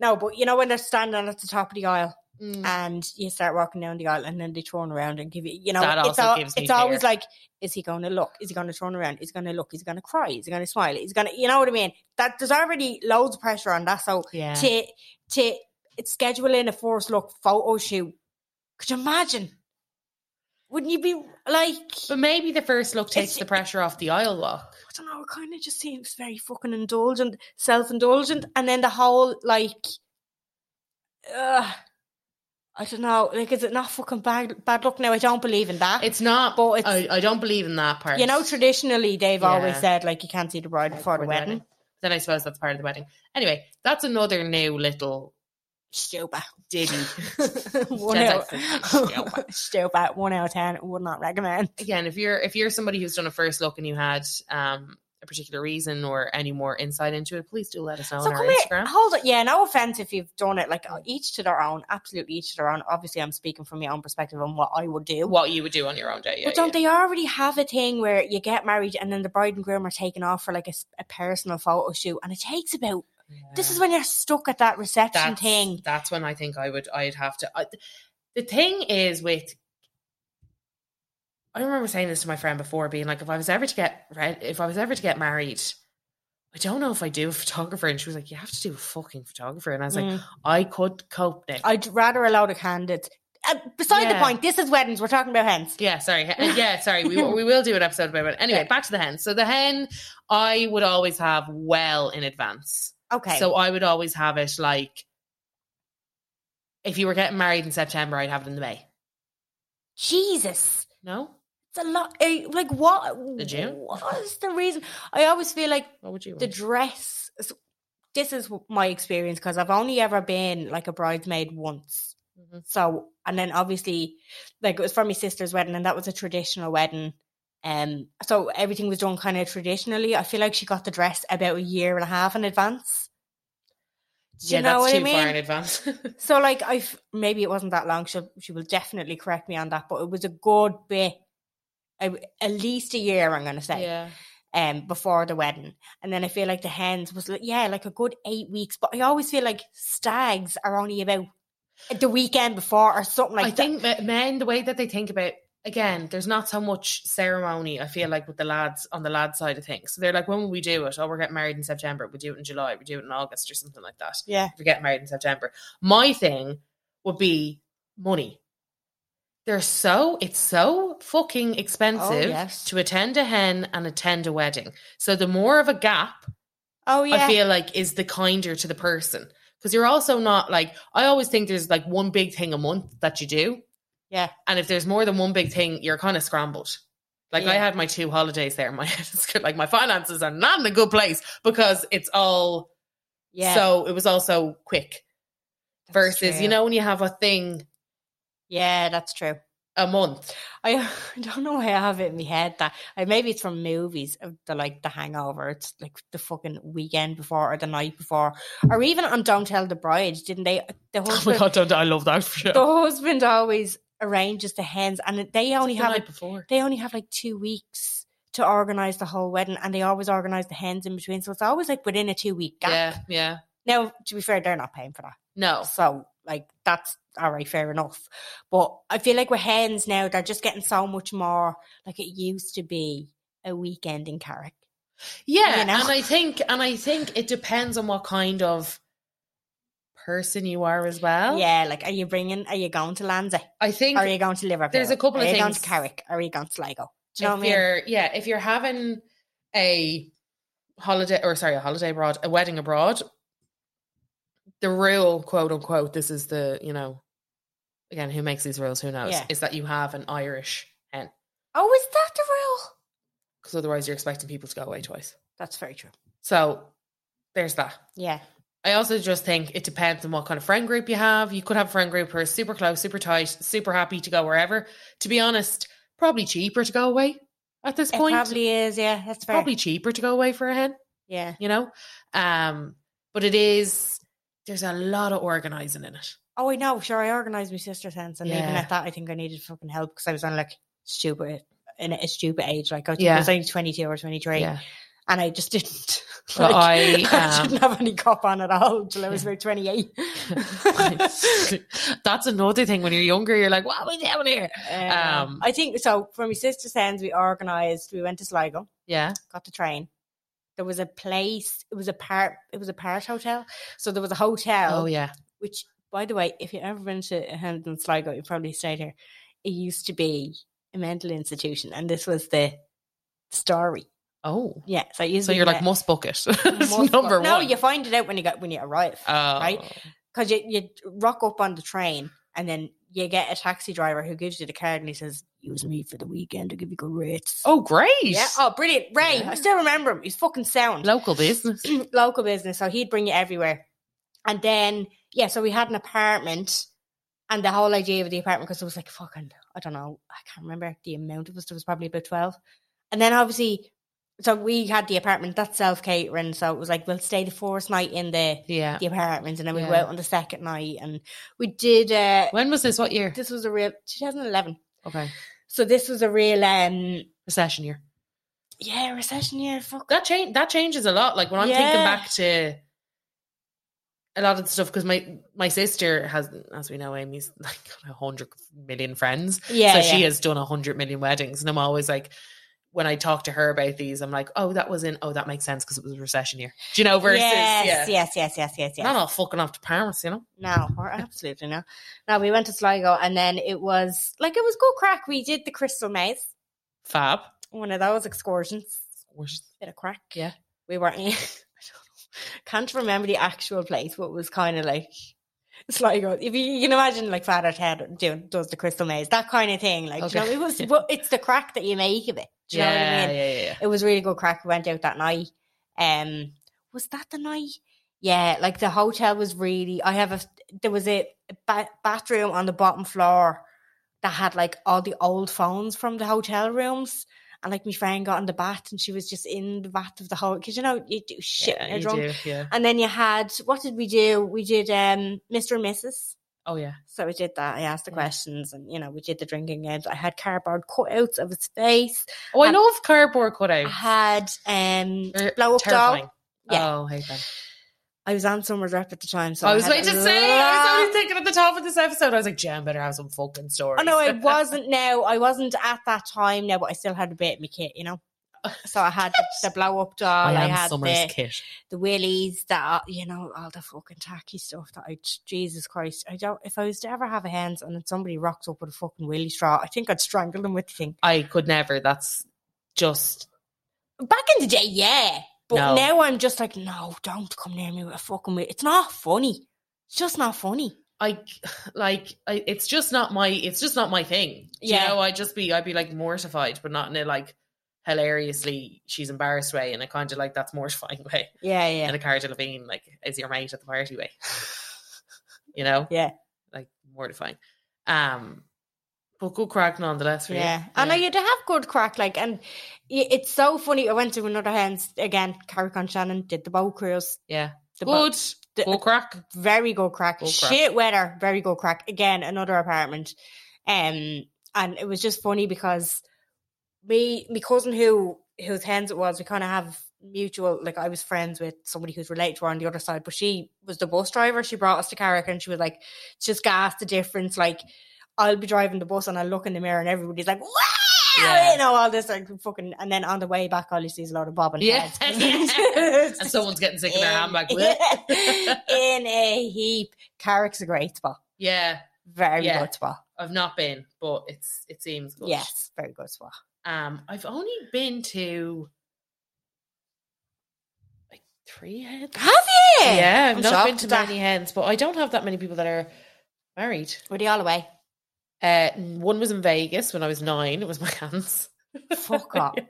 [SPEAKER 1] No, but you know when they're standing at the top of the aisle
[SPEAKER 2] Mm.
[SPEAKER 1] and you start walking down the aisle and then they turn around and give you you know
[SPEAKER 2] That
[SPEAKER 1] it's,
[SPEAKER 2] also
[SPEAKER 1] al-
[SPEAKER 2] gives me
[SPEAKER 1] it's always
[SPEAKER 2] fear.
[SPEAKER 1] like is he going to look is he going to turn around is he going to look is he going to cry is he going to smile is he going to you know what i mean that there's already loads of pressure on that so
[SPEAKER 2] yeah.
[SPEAKER 1] to to schedule in a first look photo shoot could you imagine wouldn't you be like
[SPEAKER 2] But maybe the first look takes
[SPEAKER 1] It's-
[SPEAKER 2] the pressure off the aisle walk.
[SPEAKER 1] I don't know, it kind of just seems very fucking indulgent, self indulgent. And then the whole, like, uh, I don't know, like, is it not fucking bad, bad luck now? I don't believe in that.
[SPEAKER 2] It's not.
[SPEAKER 1] But it's-
[SPEAKER 2] I, I don't believe in that part.
[SPEAKER 1] you know, traditionally, they've always
[SPEAKER 2] Yeah.
[SPEAKER 1] said, like, you can't see the bride before the wedding.
[SPEAKER 2] Then I suppose that's part of the wedding. Anyway, that's another new little
[SPEAKER 1] Stupid.
[SPEAKER 2] ditty.
[SPEAKER 1] one
[SPEAKER 2] Sounds
[SPEAKER 1] out.
[SPEAKER 2] like
[SPEAKER 1] Stupid. Stupid. One out of ten. Would not recommend.
[SPEAKER 2] Again, if you're if you're somebody who's done a first look and you had um a particular reason or any more insight into it, please do let us know
[SPEAKER 1] So
[SPEAKER 2] on our
[SPEAKER 1] come here,
[SPEAKER 2] Instagram. Mm.
[SPEAKER 1] hold it. Yeah, no offense if you've done it. Like each to their own. Absolutely each to their own. Obviously, I'm speaking from your own perspective on what I would do.
[SPEAKER 2] What you would do on your own day. Yeah,
[SPEAKER 1] But don't
[SPEAKER 2] yeah.
[SPEAKER 1] they already have a thing where you get married and then the bride and groom are taken off for like a, s- a personal photo shoot, and it takes about this is when you're stuck at that reception
[SPEAKER 2] Ah. that's,
[SPEAKER 1] thing.
[SPEAKER 2] That's when I think I would I'd have to. I, the thing is with. I remember saying this to my friend before, being like, if I was ever to get red, if I was ever to get married, I don't know if I do a photographer. And she was like, you have to do a fucking photographer. And I was like,
[SPEAKER 1] Mm.
[SPEAKER 2] I could cope now.
[SPEAKER 1] I'd rather a load of candidates. Uh, beside
[SPEAKER 2] Yeah.
[SPEAKER 1] the point, this is weddings. We're talking about hens.
[SPEAKER 2] yeah, sorry. Hen- Yeah, sorry. We, we will do an episode about it. Anyway,
[SPEAKER 1] Yeah.
[SPEAKER 2] back to the hen. So the hen, I would always have well in advance.
[SPEAKER 1] Okay.
[SPEAKER 2] So I would always have it like, if you were getting married in September, I'd have it in the May.
[SPEAKER 1] Jesus,
[SPEAKER 2] No,
[SPEAKER 1] it's a lot. eh, Like what?
[SPEAKER 2] The June?
[SPEAKER 1] What's the reason? I always feel like
[SPEAKER 2] what would you?
[SPEAKER 1] the
[SPEAKER 2] want?
[SPEAKER 1] dress. so This is w- my experience because I've only ever been like a bridesmaid once.
[SPEAKER 2] Mhm.
[SPEAKER 1] So, and then obviously, like it was for my sister's wedding, and that was a traditional wedding. Um, so everything was done kind of traditionally. I feel like she got the dress about a year and a half in advance. Do you
[SPEAKER 2] yeah,
[SPEAKER 1] know
[SPEAKER 2] that's
[SPEAKER 1] what
[SPEAKER 2] too
[SPEAKER 1] I mean?
[SPEAKER 2] far in advance.
[SPEAKER 1] So like I maybe it wasn't that long. She she will definitely correct me on that, but it was a good bit, a, at least a year. I'm gonna say,
[SPEAKER 2] yeah.
[SPEAKER 1] um, before the wedding, and then I feel like the hens was like yeah, like a good eight weeks. But I always feel like stags are only about the weekend before or something like
[SPEAKER 2] I
[SPEAKER 1] that.
[SPEAKER 2] think me- men, the way that they think about again, there's not so much ceremony. I feel like with the lads on the lads side of things, so they're like, when will we do it? Oh, we're getting married in September. We do it in July. We do it in August or something like that.
[SPEAKER 1] Yeah.
[SPEAKER 2] If we get married in September, my thing would be money. They're so it's so fucking expensive
[SPEAKER 1] Oh, yes.
[SPEAKER 2] to attend a hen and attend a wedding. So the more of a gap
[SPEAKER 1] Oh yeah.
[SPEAKER 2] I feel like is the kinder to the person. Because you're also not like I always think there's like one big thing a month that you do.
[SPEAKER 1] Yeah.
[SPEAKER 2] And if there's more than one big thing, you're kind of scrambled. Like I
[SPEAKER 1] Yeah.
[SPEAKER 2] had my two holidays there. My like my finances are not in a good place because it's all
[SPEAKER 1] yeah.
[SPEAKER 2] so it was also quick.
[SPEAKER 1] That's
[SPEAKER 2] Versus,
[SPEAKER 1] true.
[SPEAKER 2] you know, when you have a thing
[SPEAKER 1] Yeah, that's true.
[SPEAKER 2] a month.
[SPEAKER 1] I don't know why I have it in my head that I, maybe it's from movies, uh, the like The Hangover. It's like the fucking weekend before or the night before, or even on Don't Tell the Bride. Didn't they? The husband,
[SPEAKER 2] don't I love that for
[SPEAKER 1] the husband always arranges the hens, and it- they only
[SPEAKER 2] the
[SPEAKER 1] have
[SPEAKER 2] night
[SPEAKER 1] it-
[SPEAKER 2] before.
[SPEAKER 1] they only have like two weeks to organize the whole wedding, and they always organize the hens in between. So it's always like within a two week gap.
[SPEAKER 2] Yeah, Oh. yeah.
[SPEAKER 1] Now, to be fair, they're not paying for that.
[SPEAKER 2] No.
[SPEAKER 1] So, like, that's all right, fair enough. But I feel like with hens now, they're just getting so much more like it used to be a weekend in Carrick.
[SPEAKER 2] Yeah,
[SPEAKER 1] you know?
[SPEAKER 2] and I think and I think it depends on what kind of person you are as well.
[SPEAKER 1] Yeah, like, are you bringing, are you going to Lanza?
[SPEAKER 2] Oh. I think
[SPEAKER 1] Are you going to Liverpool?
[SPEAKER 2] there's a couple
[SPEAKER 1] are
[SPEAKER 2] of
[SPEAKER 1] you going to
[SPEAKER 2] things-
[SPEAKER 1] Carrick? Are you going to Sligo? Do you know
[SPEAKER 2] if
[SPEAKER 1] what I mean?
[SPEAKER 2] you're yeah, if you're having a holiday or sorry, a holiday abroad, a wedding abroad, the rule, quote unquote, this is the you know, again, who makes these rules? Who knows?
[SPEAKER 1] Yeah.
[SPEAKER 2] Is that you have an Irish hen
[SPEAKER 1] Oh, is that the rule?
[SPEAKER 2] because otherwise you're expecting people to go away twice.
[SPEAKER 1] That's very true.
[SPEAKER 2] So there's that.
[SPEAKER 1] Yeah.
[SPEAKER 2] I also just think it depends on what kind of friend group you have. You could have a friend group who are super close, super tight, super happy to go wherever. To be honest, probably cheaper to go away at this
[SPEAKER 1] It
[SPEAKER 2] point.
[SPEAKER 1] probably is. Yeah, that's fair.
[SPEAKER 2] Probably cheaper to go away for a hen,
[SPEAKER 1] Yeah.
[SPEAKER 2] you know? Um, but it is, there's a lot of organizing in it.
[SPEAKER 1] Oh, I know. Sure, I organised my sister's hens, and even
[SPEAKER 2] Yeah.
[SPEAKER 1] at that, I think I needed fucking help because I was on like stupid, in a stupid age. Like I think I
[SPEAKER 2] Yeah.
[SPEAKER 1] was only twenty two or twenty three, and I just didn't.
[SPEAKER 2] Well,
[SPEAKER 1] like,
[SPEAKER 2] I,
[SPEAKER 1] I
[SPEAKER 2] um,
[SPEAKER 1] didn't have any cop on at all until I was about twenty eight.
[SPEAKER 2] That's another thing. When you're younger, you're like, what are we doing here? Um,
[SPEAKER 1] I think so. For my sister's hens, we organised. We went to Sligo,
[SPEAKER 2] Yeah.
[SPEAKER 1] got the train. There was a place. It was a part. It was a part hotel. So there was a hotel.
[SPEAKER 2] Oh, yeah.
[SPEAKER 1] Which, by the way, if you've ever been to Hamilton Sligo, you probably stayed here. It used to be a mental institution, and this was the story.
[SPEAKER 2] Oh.
[SPEAKER 1] Yeah, so it used to
[SPEAKER 2] So
[SPEAKER 1] be
[SPEAKER 2] you're like,
[SPEAKER 1] me-
[SPEAKER 2] must book it. It's
[SPEAKER 1] most-
[SPEAKER 2] number one.
[SPEAKER 1] No, you find it out when you get when you arrive,
[SPEAKER 2] Oh.
[SPEAKER 1] right? Because you you rock up on the train, and then you get a taxi driver who gives you the card, and he says, "Use me for the weekend to give you good rates."
[SPEAKER 2] Oh, great.
[SPEAKER 1] yeah, oh, brilliant, Ray!
[SPEAKER 2] Yeah.
[SPEAKER 1] I still remember him. He's fucking sound.
[SPEAKER 2] Local business.
[SPEAKER 1] local business, so he'd bring you everywhere. And then, yeah, so we had an apartment, and the whole idea of the apartment because it was like fucking, I don't know, I can't remember the amount of us. There was probably about twelve, and then obviously, so we had the apartment that's self catering, so it was like we'll stay the first night in the
[SPEAKER 2] Yeah.
[SPEAKER 1] the apartment, and then we go
[SPEAKER 2] Yeah.
[SPEAKER 1] out on the second night, and we did. uh
[SPEAKER 2] When was this? What year?
[SPEAKER 1] This was a real 2011.
[SPEAKER 2] Okay.
[SPEAKER 1] So this was a real, um
[SPEAKER 2] Recession year.
[SPEAKER 1] yeah, recession year. Fuck
[SPEAKER 2] That change that changes a lot. Like when I'm
[SPEAKER 1] Yeah.
[SPEAKER 2] thinking back to a lot of the stuff because my my sister has, as we know, Amy's like got a hundred million friends.
[SPEAKER 1] yeah,
[SPEAKER 2] so
[SPEAKER 1] yeah.
[SPEAKER 2] she has done a hundred million weddings, and I'm always like. When I talk to her about these, I'm like, "Oh, that was in. Oh, that makes sense because it was a recession year." Do you know? Versus,
[SPEAKER 1] yes,
[SPEAKER 2] yeah,
[SPEAKER 1] yes, yes, yes, yes, yes.
[SPEAKER 2] not all fucking off to Paris, you know.
[SPEAKER 1] No, or absolutely no. No, we went to Sligo and then it was like it was good crack. We did the Crystal Maze,
[SPEAKER 2] Fab.
[SPEAKER 1] one of those excursions. Bit of crack.
[SPEAKER 2] Yeah.
[SPEAKER 1] We were in I don't know. Can't remember the actual place, but it was kinda like Sligo. If you, you can imagine like Father Ted doing does the Crystal Maze, that kind of thing. Like do you
[SPEAKER 2] Okay.
[SPEAKER 1] know, it was well, it's the crack that you make of it. Do you know what I mean?
[SPEAKER 2] yeah, yeah, yeah, yeah.
[SPEAKER 1] it was really good crack. We went out that night. Um, was that the night? Yeah, like the hotel was really. I have a there was a ba- bathroom on the bottom floor that had like all the old phones from the hotel rooms, And like my friend got in the bath and she was just in the bath of the whole because you know you do shit
[SPEAKER 2] Yeah,
[SPEAKER 1] when you're
[SPEAKER 2] you
[SPEAKER 1] drunk.
[SPEAKER 2] do, yeah.
[SPEAKER 1] And then you had what did we do? We did um Mr. and Mrs.
[SPEAKER 2] Oh yeah.
[SPEAKER 1] So we did that. I asked the
[SPEAKER 2] Yeah.
[SPEAKER 1] questions and you know, we did the drinking games. I had cardboard cutouts of his face.
[SPEAKER 2] Oh, I
[SPEAKER 1] Um,
[SPEAKER 2] love cardboard
[SPEAKER 1] I
[SPEAKER 2] cutouts.
[SPEAKER 1] had um
[SPEAKER 2] They're
[SPEAKER 1] blow up doll.
[SPEAKER 2] terrifying.
[SPEAKER 1] Yeah.
[SPEAKER 2] Oh, I hate them.
[SPEAKER 1] I was on summer's rep at the time, so
[SPEAKER 2] I was
[SPEAKER 1] had
[SPEAKER 2] waiting to
[SPEAKER 1] a
[SPEAKER 2] say. I was
[SPEAKER 1] lot-
[SPEAKER 2] only thinking at the top of this episode. I was like, Jen better have some fucking stories.
[SPEAKER 1] Oh no, I wasn't now. I wasn't at that time now, but I still had a bit of my kit, you know. So I had the, the blow up doll.
[SPEAKER 2] I
[SPEAKER 1] I,
[SPEAKER 2] am
[SPEAKER 1] had
[SPEAKER 2] Summer's
[SPEAKER 1] the,
[SPEAKER 2] kit.
[SPEAKER 1] the willies, that you know, all the fucking tacky stuff that I Jesus Christ, I don't. If I was to ever have a hands and then somebody rocked up with a fucking willy straw, I think I'd strangle them with the thing.
[SPEAKER 2] I could never. That's just
[SPEAKER 1] Back in the day, yeah, but
[SPEAKER 2] No.
[SPEAKER 1] now I'm just like, no, don't come near me with a fucking willy. It's not funny. It's just not funny.
[SPEAKER 2] I like I, it's just not my it's just not my thing. Do
[SPEAKER 1] Yeah.
[SPEAKER 2] You know, I'd just be I'd be like mortified, but not in a like hilariously she's embarrassed way in a kind of like that's mortifying way.
[SPEAKER 1] Yeah,
[SPEAKER 2] In
[SPEAKER 1] yeah,
[SPEAKER 2] a Cara Delevingne like is your mate at the party way. you know?
[SPEAKER 1] Yeah.
[SPEAKER 2] Like mortifying. Um but good crack nonetheless for you.
[SPEAKER 1] yeah. And I you'd have good crack, like, and y- it's so funny. I went to another hands again. Carrick on Shannon did the boat cruise.
[SPEAKER 2] Yeah.
[SPEAKER 1] The boat.
[SPEAKER 2] Good.
[SPEAKER 1] the-
[SPEAKER 2] Good crack.
[SPEAKER 1] very good crack.
[SPEAKER 2] Good crack.
[SPEAKER 1] Shit weather, very good crack. Again, another apartment. Um, and it was just funny because me, my cousin who whose hands it was, we kind of have mutual. Like I was friends with somebody who's related to her on the other side, but she was the bus driver. She brought us to Carrick, and she was like, "Just gas the difference." Like I'll be driving the bus, and I look in the mirror, and everybody's like, "Wow!"
[SPEAKER 2] Yeah.
[SPEAKER 1] You know all this like fucking, and then on the way back, all you see is a lot of bobbing
[SPEAKER 2] Yeah.
[SPEAKER 1] heads. It's
[SPEAKER 2] And someone's getting sick of their handbag.
[SPEAKER 1] in a heap. Carrick's a great spot.
[SPEAKER 2] yeah.
[SPEAKER 1] Very
[SPEAKER 2] Yeah.
[SPEAKER 1] good spot.
[SPEAKER 2] I've not been, but it's it seems good.
[SPEAKER 1] Yes, very good spot.
[SPEAKER 2] Um, I've only been to like three hens.
[SPEAKER 1] you?
[SPEAKER 2] Yeah, I've
[SPEAKER 1] I'm
[SPEAKER 2] not been
[SPEAKER 1] shocked
[SPEAKER 2] to
[SPEAKER 1] that-
[SPEAKER 2] many hens, but I don't have that many people that are married.
[SPEAKER 1] Were they all away?
[SPEAKER 2] Uh, one was in Vegas when I was nine. It was my hands.
[SPEAKER 1] Fuck off.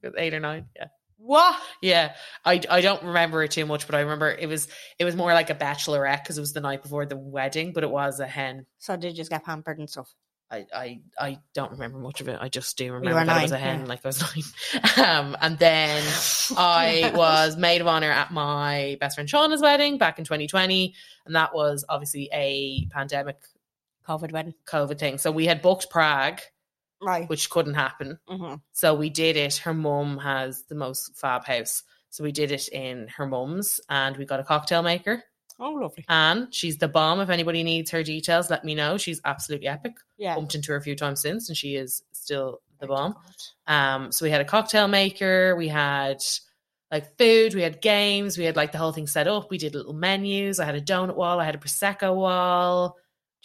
[SPEAKER 2] Yeah, I think it was eight or nine. Yeah,
[SPEAKER 1] What?
[SPEAKER 2] yeah. I, I don't remember it too much, but I remember it was it was more like a bachelorette because it was the night before the wedding, but it was a hen.
[SPEAKER 1] So they just get pampered and stuff.
[SPEAKER 2] I, I I don't remember much of it. I just do
[SPEAKER 1] were
[SPEAKER 2] remember that it was a
[SPEAKER 1] nine,
[SPEAKER 2] hen,
[SPEAKER 1] yeah.
[SPEAKER 2] like I was nine. Um, and then I was maid of honor at my best friend Shauna's wedding back in 2020, and that was obviously a pandemic
[SPEAKER 1] COVID wedding.
[SPEAKER 2] COVID thing. So we had booked Prague,
[SPEAKER 1] Right.
[SPEAKER 2] which couldn't happen.
[SPEAKER 1] hmm
[SPEAKER 2] So we did it. Her mum has the most fab house, so we did it in her mum's, and we got a cocktail maker.
[SPEAKER 1] Oh, lovely.
[SPEAKER 2] Anne, she's the bomb. If anybody needs her details, let me know. She's absolutely epic
[SPEAKER 1] Yeah.
[SPEAKER 2] bumped into her a few times since, and she is still the
[SPEAKER 1] Very
[SPEAKER 2] bomb.
[SPEAKER 1] good.
[SPEAKER 2] Um, so we had a cocktail maker, we had like food, we had games, we had like the whole thing set up. We did little menus. I had a donut wall, I had a prosecco wall,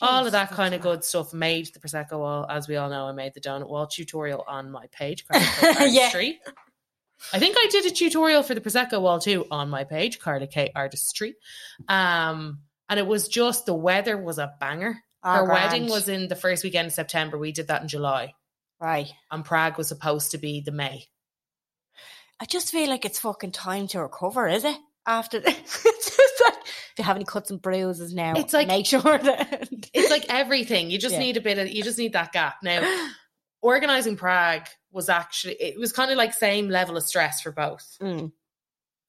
[SPEAKER 2] all
[SPEAKER 1] Jesus,
[SPEAKER 2] of that
[SPEAKER 1] that's
[SPEAKER 2] kind of
[SPEAKER 1] mad.
[SPEAKER 2] good stuff. Made the prosecco wall, as we all know. I made the donut wall tutorial on my page, Cardiff Art
[SPEAKER 1] Yeah.
[SPEAKER 2] Street. I think I did a tutorial for the prosecco wall too on my page, Cardiff K Artistry. Um, and it was just the weather was a banger.
[SPEAKER 1] Oh,
[SPEAKER 2] Her
[SPEAKER 1] grand.
[SPEAKER 2] wedding was in the first weekend of September. We did that in July,
[SPEAKER 1] Right.
[SPEAKER 2] and Prague was supposed to be the May.
[SPEAKER 1] I just feel like it's fucking time to recover, is it? After the- it's just like, if you have any cuts and bruises now,
[SPEAKER 2] It's like-
[SPEAKER 1] make sure that
[SPEAKER 2] It's like everything. You just
[SPEAKER 1] Yeah.
[SPEAKER 2] need a bit of. You just need that gap. Now, organizing Prague was actually it was kind of like same level of stress for both
[SPEAKER 1] Mm.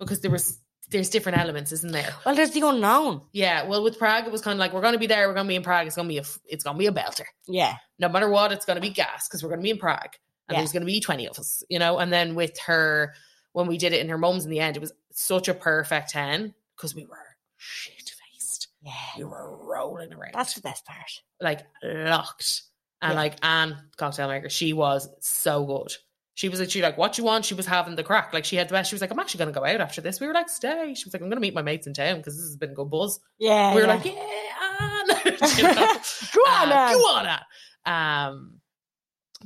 [SPEAKER 2] because there was there's different elements, isn't there?
[SPEAKER 1] Well, there's the unknown.
[SPEAKER 2] Yeah. Well, with Prague, it was kind of like we're going to be there. We're going to be in Prague. It's going to be a. f- It's going to be a belter.
[SPEAKER 1] Yeah.
[SPEAKER 2] no matter what, it's going to be gas because we're going to be in Prague and
[SPEAKER 1] Yeah.
[SPEAKER 2] there's going to be 20 of us, you know? And then with her, when we did it in her mum's in the end, it was such a perfect 10 because we were shit faced.
[SPEAKER 1] Yeah.
[SPEAKER 2] We were rolling around,
[SPEAKER 1] That's the best part.
[SPEAKER 2] like locked. And
[SPEAKER 1] Yeah.
[SPEAKER 2] like Anne, cocktail maker, she was so good. She was literally like, what do you want? She was having the crack. Like she had the best. She was like, I'm actually going to go out after this. We were like, stay. She was like, I'm going to meet my mates in town because this has been a good buzz.
[SPEAKER 1] Yeah.
[SPEAKER 2] we were
[SPEAKER 1] yeah. Um,
[SPEAKER 2] like, yeah, Anne. you know?
[SPEAKER 1] Go on,
[SPEAKER 2] Uh,
[SPEAKER 1] Anne.
[SPEAKER 2] go on, Anne. Um,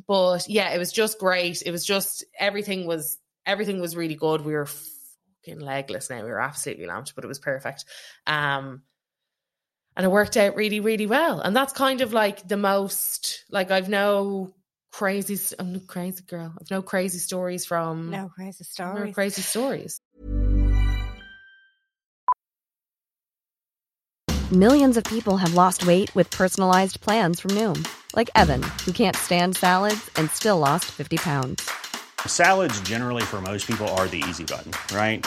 [SPEAKER 2] but yeah, it was just great. It was just everything was everything was really good. We were fucking legless now. We were absolutely lamped, but it was perfect. Um, and it worked out really, really well. And that's kind of like the most like I've no crazy. s- I'm a crazy girl. I've no crazy stories from
[SPEAKER 1] No, crazy
[SPEAKER 2] no
[SPEAKER 1] stories.
[SPEAKER 2] crazy stories.
[SPEAKER 3] Millions of people have lost weight with personalized plans from Noom, like Evan, who can't stand salads and still lost 50 pounds.
[SPEAKER 4] Salads, generally, for most people, are the easy button, right?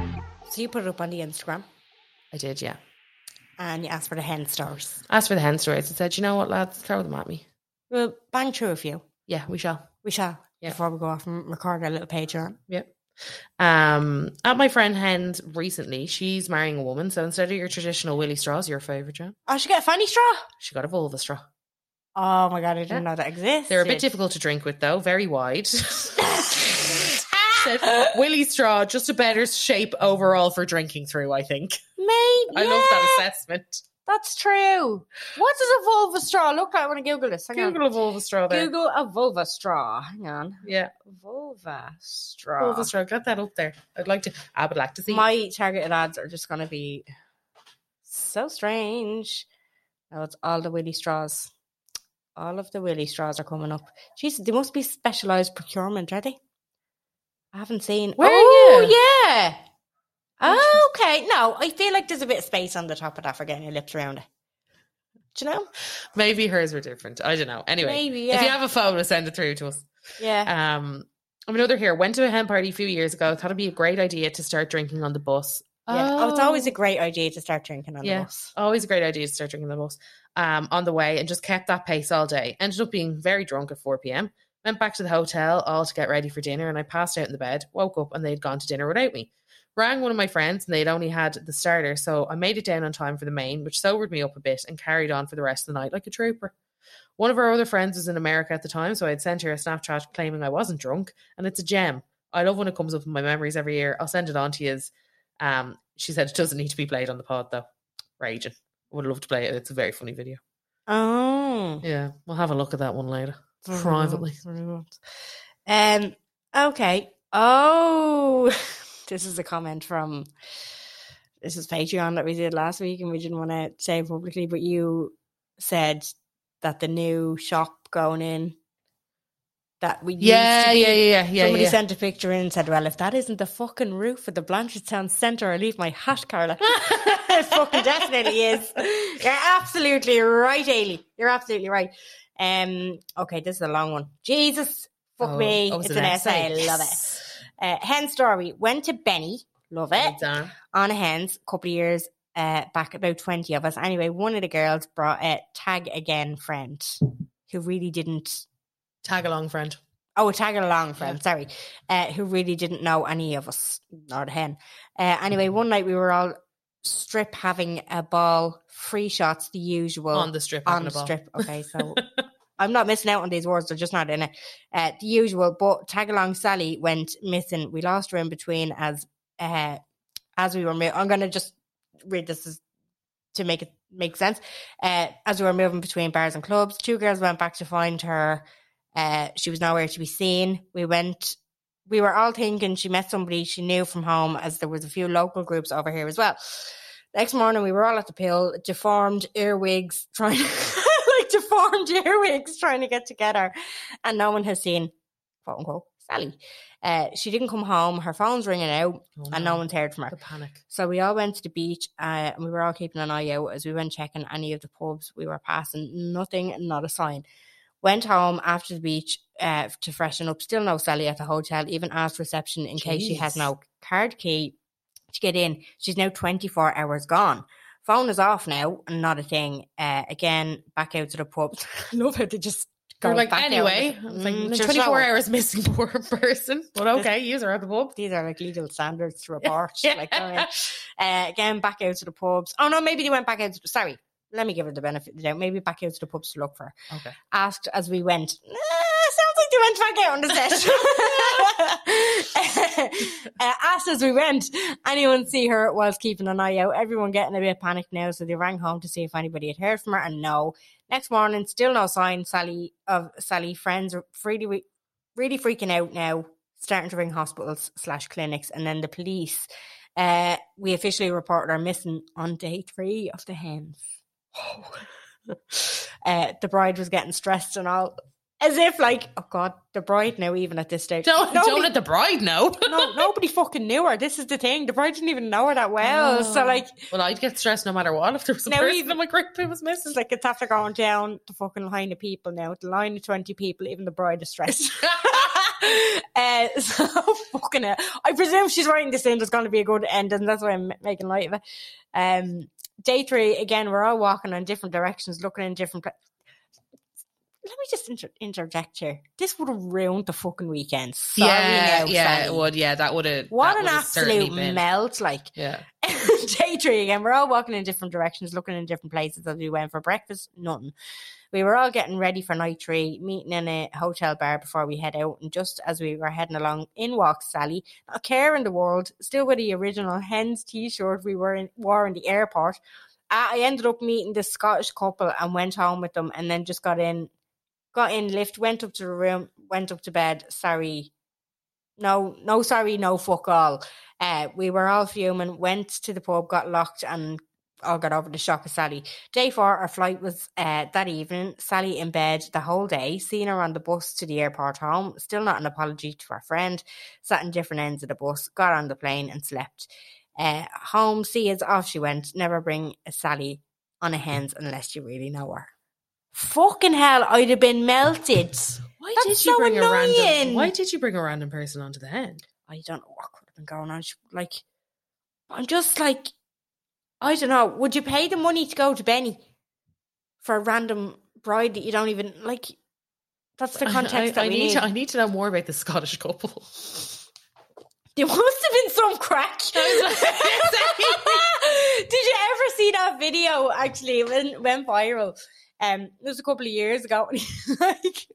[SPEAKER 1] you put it up on the Instagram
[SPEAKER 2] I did, yeah.
[SPEAKER 1] and you asked for the hen stars.
[SPEAKER 2] Asked for the hen stories and said, you know what, lads, throw them at me.
[SPEAKER 1] We'll bang through a few.
[SPEAKER 2] Yeah, we shall.
[SPEAKER 1] We shall
[SPEAKER 2] Yeah.
[SPEAKER 1] before we go off and record our little page on.
[SPEAKER 2] Yep. Um, at my friend Hen's recently, she's marrying a woman. So instead of your traditional willy straws, your favorite, John,
[SPEAKER 1] I should get a fanny straw.
[SPEAKER 2] she got a vulva straw.
[SPEAKER 1] Oh my god, I didn't
[SPEAKER 2] Yeah.
[SPEAKER 1] know that exists.
[SPEAKER 2] They're a bit difficult to drink with, though. Very wide. Said Willy straw, just a better shape overall for drinking through. I think.
[SPEAKER 1] Mate,
[SPEAKER 2] I love that assessment.
[SPEAKER 1] That's true. What does a vulva straw look like? I want to Google this. Hang on.
[SPEAKER 2] Google a vulva straw. There.
[SPEAKER 1] Google a vulva straw. Hang on.
[SPEAKER 2] Yeah,
[SPEAKER 1] Vulva straw.
[SPEAKER 2] vulva straw. Got that up there. I'd like to. I would like to see.
[SPEAKER 1] My targeted ads are just going to be so strange. Oh, it's all the willy straws. All of the willy straws are coming up. Jeez, they must be specialized procurement, are they? I haven't seen.
[SPEAKER 2] Where are
[SPEAKER 1] oh,
[SPEAKER 2] you?
[SPEAKER 1] yeah. okay. No, I feel like there's a bit of space on the top of that for getting your lips around it. Do you know?
[SPEAKER 2] Maybe hers were different. I don't know. Anyway,
[SPEAKER 1] Maybe,
[SPEAKER 2] if you
[SPEAKER 1] yeah.
[SPEAKER 2] have a photo, send it through to us.
[SPEAKER 1] Yeah.
[SPEAKER 2] Um, I'm another here. Went to a hen party a few years ago. Thought it'd be a great idea to start drinking on the bus.
[SPEAKER 1] Yeah. Oh. it's always a great idea to start drinking on the bus.
[SPEAKER 2] Always a great idea to start drinking the bus um, on the way and just kept that pace all day. Ended up being very drunk at 4 p.m. Went back to the hotel all to get ready for dinner and I passed out in the bed, woke up and they'd gone to dinner without me. Rang one of my friends and they'd only had the starter, so I made it down on time for the main, which sobered me up a bit and carried on for the rest of the night like a trooper. One of our other friends was in America at the time, so I had sent her a Snapchat claiming I wasn't drunk, and it's a gem. I love when it comes up in my memories every year. I'll send it on to you. Um, she said it doesn't need to be played on the pod though raging. I would love to play it. It's a very funny video.
[SPEAKER 1] Oh.
[SPEAKER 2] Yeah, we'll have a look at that one later.
[SPEAKER 1] Mm-hmm.
[SPEAKER 2] Privately.
[SPEAKER 1] Um. Okay. Oh, this is a comment from this is Patreon that we did last week, and we didn't want to say publicly, but you said that the new shop going in that we used
[SPEAKER 2] Yeah,
[SPEAKER 1] to
[SPEAKER 2] yeah,
[SPEAKER 1] be-
[SPEAKER 2] yeah, yeah, yeah.
[SPEAKER 1] Somebody
[SPEAKER 2] yeah.
[SPEAKER 1] sent a picture in and said, "Well, if that isn't the fucking roof of the Blanchardstown Centre, I leave my hat, Carla." it fucking definitely is. You're absolutely right, Ailey. You're absolutely right. Um, okay, this is a long one. Jesus, fuck
[SPEAKER 2] Oh,
[SPEAKER 1] me,
[SPEAKER 2] oh,
[SPEAKER 1] it's an, essay. Love it. Uh, hen story went to Benny. Love it on a hens a couple of years uh, back, about 20 of us. Anyway, one of the girls brought a tag again friend who really didn't,
[SPEAKER 2] Tag along, friend.
[SPEAKER 1] oh, a tag along friend, sorry, uh, who really didn't know any of us, not a hen. Uh, anyway,
[SPEAKER 2] Mm-hmm.
[SPEAKER 1] one night we were all strip having a ball, free shots, the usual
[SPEAKER 2] on the strip.
[SPEAKER 1] on
[SPEAKER 2] having
[SPEAKER 1] the
[SPEAKER 2] a ball.
[SPEAKER 1] strip. Okay, so I'm not missing out on these words; they're just not in it. Uh, the usual, but tag along Sally went missing. We lost her in between as uh, as we were. Mo- I'm going to just read this as, to make it make sense. Uh, as we were moving between bars and clubs, two girls went back to find her. Uh, she was nowhere to be seen. We went. We were all thinking she met somebody she knew from home, as there was a few local groups over here as well. Next morning, we were all at the pill, deformed earwigs, trying like deformed earwigs, trying to get together, and no one has seen quote unquote Sally. Uh, she didn't come home. Her phone's ringing out,
[SPEAKER 2] Oh,
[SPEAKER 1] and no one's heard from her.
[SPEAKER 2] The panic.
[SPEAKER 1] So we all went to the beach uh, and we were all keeping an eye out as we went checking any of the pubs we were passing. Nothing, not a sign. Went home after the beach uh, to freshen up. Still no Sally at the hotel. Even asked reception in case she has
[SPEAKER 2] Jeez.
[SPEAKER 1] no card key to get in. She's now 24 hours gone. Phone is off now, not a thing. Uh, again, back out to the pub. I love how they just
[SPEAKER 2] They're
[SPEAKER 1] Go
[SPEAKER 2] like,
[SPEAKER 1] back there.
[SPEAKER 2] anyway, I was like,
[SPEAKER 1] Mm,
[SPEAKER 2] "No,
[SPEAKER 1] sure,
[SPEAKER 2] 24
[SPEAKER 1] so-
[SPEAKER 2] hours missing poor person, but okay, yous are at the pub.
[SPEAKER 1] These are like legal standards to report. Like, all right. uh, again, back out to the pubs. Oh no, maybe they went back out. Sorry, let me give her the benefit of the doubt. Maybe back out to the pubs to look for. her.
[SPEAKER 2] Okay.
[SPEAKER 1] Asked as we went. "Nah, sounds like they went back out on the set. uh, asked as we went. Anyone see her was keeping an eye out. Everyone getting a bit panicked now, so they rang home to see if anybody had heard from her, and no. Next morning, still no sign. Sally of Sally friends are really, really freaking out now. Starting to ring hospitals slash clinics, and then the police. Uh, we officially reported our missing on day three of the hens. uh, the bride was getting stressed and all, as if like, oh god, the bride now even at this stage.
[SPEAKER 2] Don't, don't
[SPEAKER 1] nobody,
[SPEAKER 2] let the bride know.
[SPEAKER 1] no, nobody fucking knew her. This is the thing. The bride didn't even know her that well.
[SPEAKER 2] Oh.
[SPEAKER 1] So like,
[SPEAKER 2] Well, I'd get stressed no matter what if there was a
[SPEAKER 1] Now
[SPEAKER 2] person
[SPEAKER 1] even-
[SPEAKER 2] in my group who was missing.
[SPEAKER 1] it's like it's after going down the fucking line of people now. The line of twenty people, even the bride is stressed. uh, so fucking hell. I presume she's writing this in. There's going to be a good end, and that's why I'm making light of it. Um, day three again. We're all walking in different directions, looking in different places. Let me just inter- interject here. This would have ruined the fucking weekend. Sorry
[SPEAKER 2] yeah,
[SPEAKER 1] now,
[SPEAKER 2] yeah,
[SPEAKER 1] Sally.
[SPEAKER 2] it would. Yeah, that would have.
[SPEAKER 1] What
[SPEAKER 2] that
[SPEAKER 1] an
[SPEAKER 2] would've certainly
[SPEAKER 1] absolute
[SPEAKER 2] been.
[SPEAKER 1] melt! Like
[SPEAKER 2] Yeah.
[SPEAKER 1] day three again. We're all walking in different directions, looking in different places as we went for breakfast. Nothing. We were all getting ready for night three, meeting in a hotel bar before we head out. And just as we were heading along, in walks Sally, not a care in the world, still with the original Hens t shirt we were in, wore in the airport. Uh, I I ended up meeting this Scottish couple and went home with them, and then just got in, got in lift, went up to the room, went up to bed. Sorry, no, no, sorry, no, fuck all. Uh, we were all fuming, went to the pub, got locked, and all got over the shock of Sally. Day four, our flight was uh, that evening. Sally in bed the whole day, seeing her on the bus to the airport home. Still not an apology to our friend. Sat in different ends of the bus, got on the plane, and slept. Uh, home, see is off she went. Never bring a Sally on a hens unless you really know her. Fucking hell, I'd have been melted.
[SPEAKER 2] Why
[SPEAKER 1] That's
[SPEAKER 2] did you
[SPEAKER 1] so
[SPEAKER 2] bring a random?
[SPEAKER 1] annoying.
[SPEAKER 2] Why did you bring a random person onto the end?
[SPEAKER 1] I don't know what could have been going on. She- Like, I'm just like, I don't know. Would you pay the money to go to Benny for a random bride that you don't even like? That's the context
[SPEAKER 2] I,
[SPEAKER 1] that
[SPEAKER 2] I
[SPEAKER 1] we
[SPEAKER 2] need.
[SPEAKER 1] need.
[SPEAKER 2] To, I need to know more about the Scottish couple.
[SPEAKER 1] There must have been some crack. Did you ever see that video? Actually, it went, went viral. Um, it was a couple of years ago, and he's like,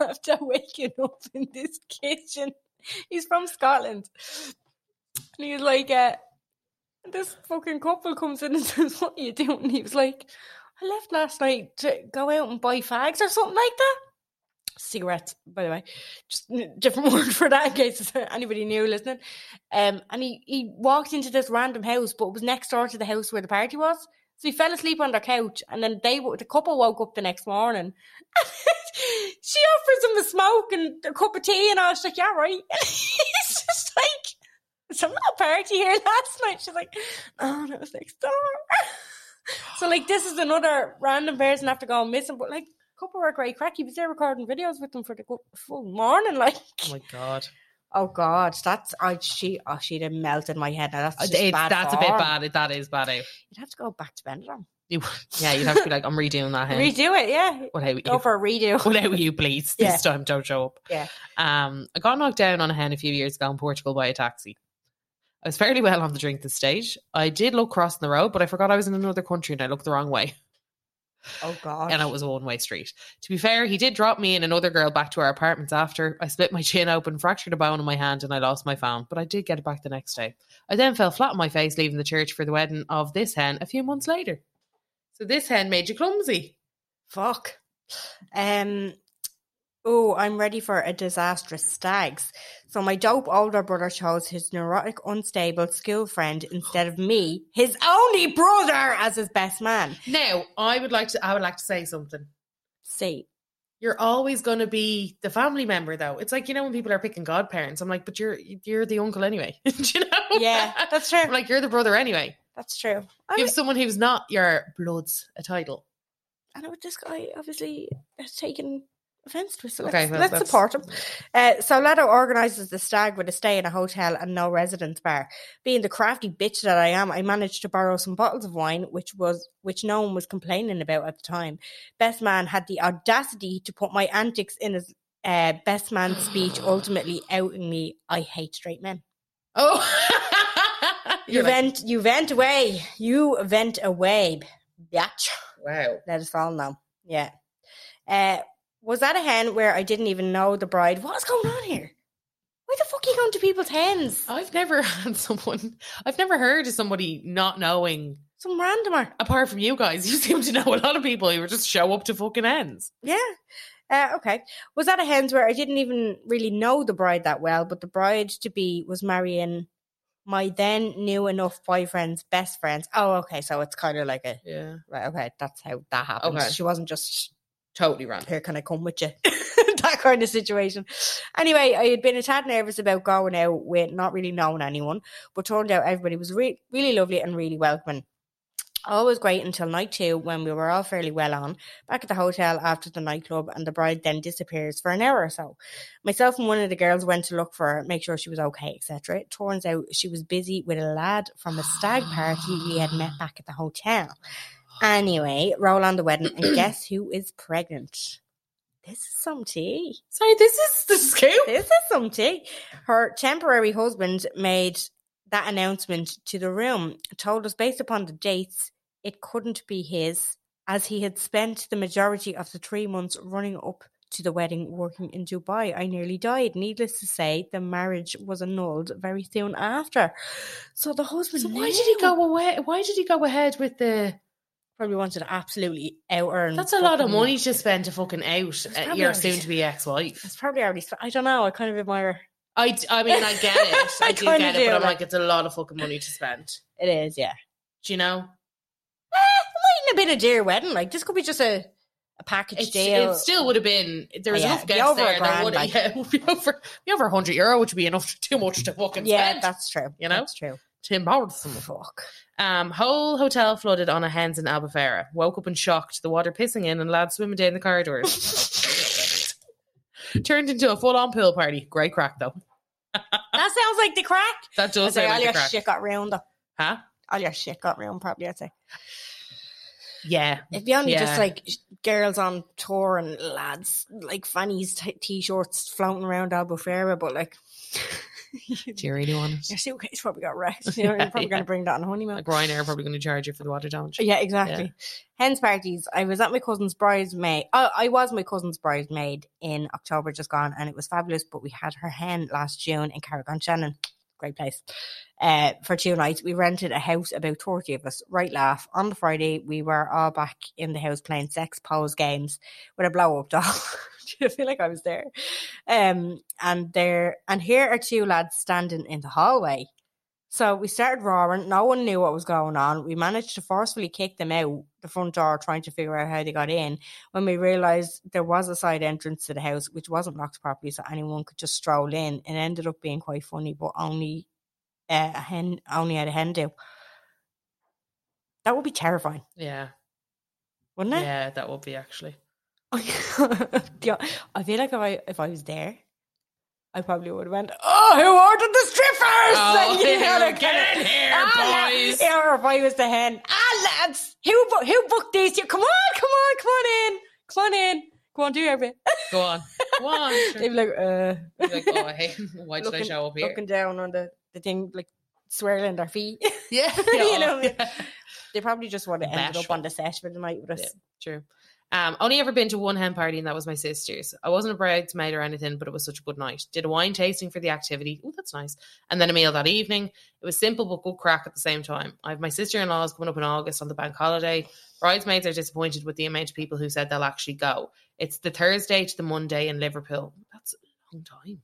[SPEAKER 1] after waking up in this kitchen, he's from Scotland, and he's like, uh, this fucking couple comes in and says, "What are you doing?" And he was like, "I left last night to go out and buy fags or something like that." cigarettes, by the way, just a different word for that in case uh, anybody new listening. Um, and he, he walked into this random house, but it was next door to the house where the party was. So he fell asleep on their couch, and then they wo- the couple woke up the next morning. she offers him a smoke and a cup of tea, and I was like, "Yeah, right." And he's just like, "Some little party here last night." She's like, "Oh, that was next door." so like, this is another random person after going missing, but like, couple were great crack. He was there recording videos with them for the go- full morning. Like,
[SPEAKER 2] Oh my god,
[SPEAKER 1] oh god, that's I she oh she'd have melted my head. Now that's just
[SPEAKER 2] Uh, It's-
[SPEAKER 1] bad
[SPEAKER 2] that's a bit
[SPEAKER 1] form.
[SPEAKER 2] bad. That is bad. eh?
[SPEAKER 1] You'd have to go back to Benidorm,
[SPEAKER 2] You- yeah, you'd have to be like, I'm redoing that. Hen.
[SPEAKER 1] redo it. Yeah,
[SPEAKER 2] Without
[SPEAKER 1] go
[SPEAKER 2] you,
[SPEAKER 1] for a redo.
[SPEAKER 2] without you, please.
[SPEAKER 1] Yeah.
[SPEAKER 2] This time, don't show up.
[SPEAKER 1] Yeah.
[SPEAKER 2] Um, I got knocked down on a hen a few years ago in Portugal by a taxi. I was fairly well on the drink this stage. I did look crossing the road, but I forgot I was in another country and I looked the wrong way.
[SPEAKER 1] Oh god,
[SPEAKER 2] and it was a one way street. To be fair, he did drop me and another girl back to our apartments after. I split my chin open, fractured a bone in my hand, and I lost my phone, but I did get it back the next day. I then fell flat on my face, leaving the church for the wedding of this hen a few months later. So this hen made you clumsy.
[SPEAKER 1] fuck. Um. Oh, I'm ready for a disastrous stags. So my dope older brother chose his neurotic, unstable school friend instead of me, his only brother, as his best man.
[SPEAKER 2] Now, I would like to I would like to say something.
[SPEAKER 1] See,
[SPEAKER 2] You're always going to be the family member, though. It's like you know when people are picking godparents. I'm like, but you're you're the uncle anyway. Do you know?
[SPEAKER 1] yeah, that's
[SPEAKER 2] I'm
[SPEAKER 1] true.
[SPEAKER 2] like you're the brother anyway.
[SPEAKER 1] That's true. I
[SPEAKER 2] Give someone who's not your bloods a title.
[SPEAKER 1] and it was this guy obviously has taken offense to us. So
[SPEAKER 2] Okay,
[SPEAKER 1] let's,
[SPEAKER 2] well,
[SPEAKER 1] let's
[SPEAKER 2] that's-
[SPEAKER 1] support him. Uh, Solano organises the stag with a stay in a hotel and no residence bar. Being the crafty bitch that I am, I managed to borrow some bottles of wine, which was which no one was complaining about at the time. Best man had the audacity to put my antics in his uh, best man speech, ultimately outing me. I hate straight men.
[SPEAKER 2] Oh,
[SPEAKER 1] You
[SPEAKER 2] you're like,
[SPEAKER 1] vent, you vent away, you vent away, bitch.
[SPEAKER 2] wow.
[SPEAKER 1] Let us all know. Yeah. Uh, was that a hen where I didn't even know the bride? What's going on here? Why the fuck are you going to people's hens?
[SPEAKER 2] I've never had someone. I've never heard of somebody not knowing.
[SPEAKER 1] Some randomer.
[SPEAKER 2] Apart from you guys, you seem to know a lot of people who just show up to fucking ends.
[SPEAKER 1] Yeah. Uh, okay. Was that a hen's where I didn't even really know the bride that well, but the bride to be was marrying my then new enough boyfriend's best friends. Oh, okay. So it's kind of like a
[SPEAKER 2] Yeah,
[SPEAKER 1] right. Okay, that's how that happened.
[SPEAKER 2] Okay.
[SPEAKER 1] She wasn't just
[SPEAKER 2] totally wrong.
[SPEAKER 1] here can I come with you? that kind of situation. Anyway, I had been a tad nervous about going out with not really knowing anyone, but turned out everybody was re- really lovely and really welcoming. All was great until night two when we were all fairly well on, back at the hotel after the nightclub, and the bride then disappears for an hour or so. Myself and one of the girls went to look for her, make sure she was okay, etc. It turns out she was busy with a lad from a stag party we had met back at the hotel. Anyway, roll on the wedding, and guess who is pregnant? This is some tea.
[SPEAKER 2] Sorry, this is the scoop.
[SPEAKER 1] This is some tea. Her temporary husband made that announcement to the room, told us based upon the dates, it couldn't be his, as he had spent the majority of the three months running up to the wedding working in Dubai. I nearly died. Needless to say, the marriage was annulled very soon after. So the husband.
[SPEAKER 2] So why did he
[SPEAKER 1] knew.
[SPEAKER 2] go away? Why did he go ahead with the?
[SPEAKER 1] Probably wanted to absolutely out earn.
[SPEAKER 2] That's a lot of money to spend to fucking out at
[SPEAKER 1] probably
[SPEAKER 2] your
[SPEAKER 1] already-
[SPEAKER 2] soon-to-be ex-wife.
[SPEAKER 1] It's probably already. I don't know. I kind of admire.
[SPEAKER 2] I, d- I mean, I get it. I,
[SPEAKER 1] I
[SPEAKER 2] do
[SPEAKER 1] kinda
[SPEAKER 2] get it,
[SPEAKER 1] do,
[SPEAKER 2] but I'm
[SPEAKER 1] like-
[SPEAKER 2] like, it's a lot of fucking money to spend.
[SPEAKER 1] It is, yeah.
[SPEAKER 2] Do you know?
[SPEAKER 1] Eh, it might not have been a dear wedding. Like this could be just a a package
[SPEAKER 2] It's,
[SPEAKER 1] deal.
[SPEAKER 2] it still would have been there was
[SPEAKER 1] Yeah,
[SPEAKER 2] enough
[SPEAKER 1] it'd be
[SPEAKER 2] guests
[SPEAKER 1] over a
[SPEAKER 2] there. that
[SPEAKER 1] grand,
[SPEAKER 2] would
[SPEAKER 1] like-
[SPEAKER 2] yeah, it would be over be over hundred euro, which would be enough too much to fucking
[SPEAKER 1] yeah,
[SPEAKER 2] spend.
[SPEAKER 1] that's true.
[SPEAKER 2] you know?
[SPEAKER 1] that's true.
[SPEAKER 2] Tim borrowed some of
[SPEAKER 1] Oh, Fuck.
[SPEAKER 2] Um, whole hotel flooded on a hens in Albufeira. Woke up in shock to the water pissing in and lads swimming down the corridors. Turned into a full on pool party. Great crack though.
[SPEAKER 1] That sounds like the crack.
[SPEAKER 2] That
[SPEAKER 1] I'd
[SPEAKER 2] does
[SPEAKER 1] say
[SPEAKER 2] sound
[SPEAKER 1] all
[SPEAKER 2] like
[SPEAKER 1] your
[SPEAKER 2] a crack.
[SPEAKER 1] shit got round up.
[SPEAKER 2] Huh?
[SPEAKER 1] All your shit got round probably. I'd say
[SPEAKER 2] Yeah.
[SPEAKER 1] if you only just
[SPEAKER 2] Yeah.
[SPEAKER 1] like sh- girls on tour and lads like fannies t- t-shirts floating around Albufeira, but like
[SPEAKER 2] Do you really want it?
[SPEAKER 1] your suitcase probably got wrecked. You know,
[SPEAKER 2] Yeah,
[SPEAKER 1] you're probably
[SPEAKER 2] yeah.
[SPEAKER 1] gonna bring that on honeymoon.
[SPEAKER 2] Like Ryanair are probably going to charge you for the water damage.
[SPEAKER 1] Yeah, exactly. Hens parties. I was at my cousin's bridesmaid. I, I was my cousin's bridesmaid in October just gone, and it was fabulous. But we had her hen last June in Carrigon Shannon. Great place. Uh, for two nights, we rented a house about 30 of us. Right laugh. On the Friday, we were all back in the house playing sex pose games with a blow up doll. I feel like I was there. Um, and there, and here are two lads standing in the hallway. So we started roaring. No one knew what was going on. We managed to forcefully kick them out the front door, trying to figure out how they got in. When we realized there was a side entrance to the house, which wasn't locked properly, so anyone could just stroll in. It ended up being quite funny, but only uh, a hen only had a hen do. That would be terrifying,
[SPEAKER 2] Yeah.
[SPEAKER 1] wouldn't it?
[SPEAKER 2] Yeah, that would be actually.
[SPEAKER 1] Yeah, I feel like if I if I was there, I probably would have went, "Oh, who ordered the strippers?"
[SPEAKER 2] Oh,
[SPEAKER 1] you know, that
[SPEAKER 2] get
[SPEAKER 1] kind
[SPEAKER 2] in
[SPEAKER 1] of-
[SPEAKER 2] here,
[SPEAKER 1] Ah, la-
[SPEAKER 2] boys.
[SPEAKER 1] Yeah, or if I was the hen, ah, lads, who bu- who booked these? You come on, come on, come on in, come on in, come on, do your bit.
[SPEAKER 2] Go on. Go on. Sure.
[SPEAKER 1] They'd be like, uh,
[SPEAKER 2] You're like, oh, hey, why did I
[SPEAKER 1] looking-
[SPEAKER 2] show up here?
[SPEAKER 1] Looking down on the the thing, like swirling their feet.
[SPEAKER 2] yeah.
[SPEAKER 1] you know, they probably just would have ended up
[SPEAKER 2] Bashful.
[SPEAKER 1] on the set for the night with us.
[SPEAKER 2] Yeah, true. Um, only ever been to one hen party, and that was my sister's. I wasn't a bridesmaid or anything, but it was such a good night. Did a wine tasting for the activity. Oh, that's nice. And then a meal that evening. It was simple but good crack at the same time. I have my sister in laws coming up in August on the bank holiday. Bridesmaids are disappointed with the amount of people who said they'll actually go. It's the Thursday to the Monday in Liverpool. That's a long time.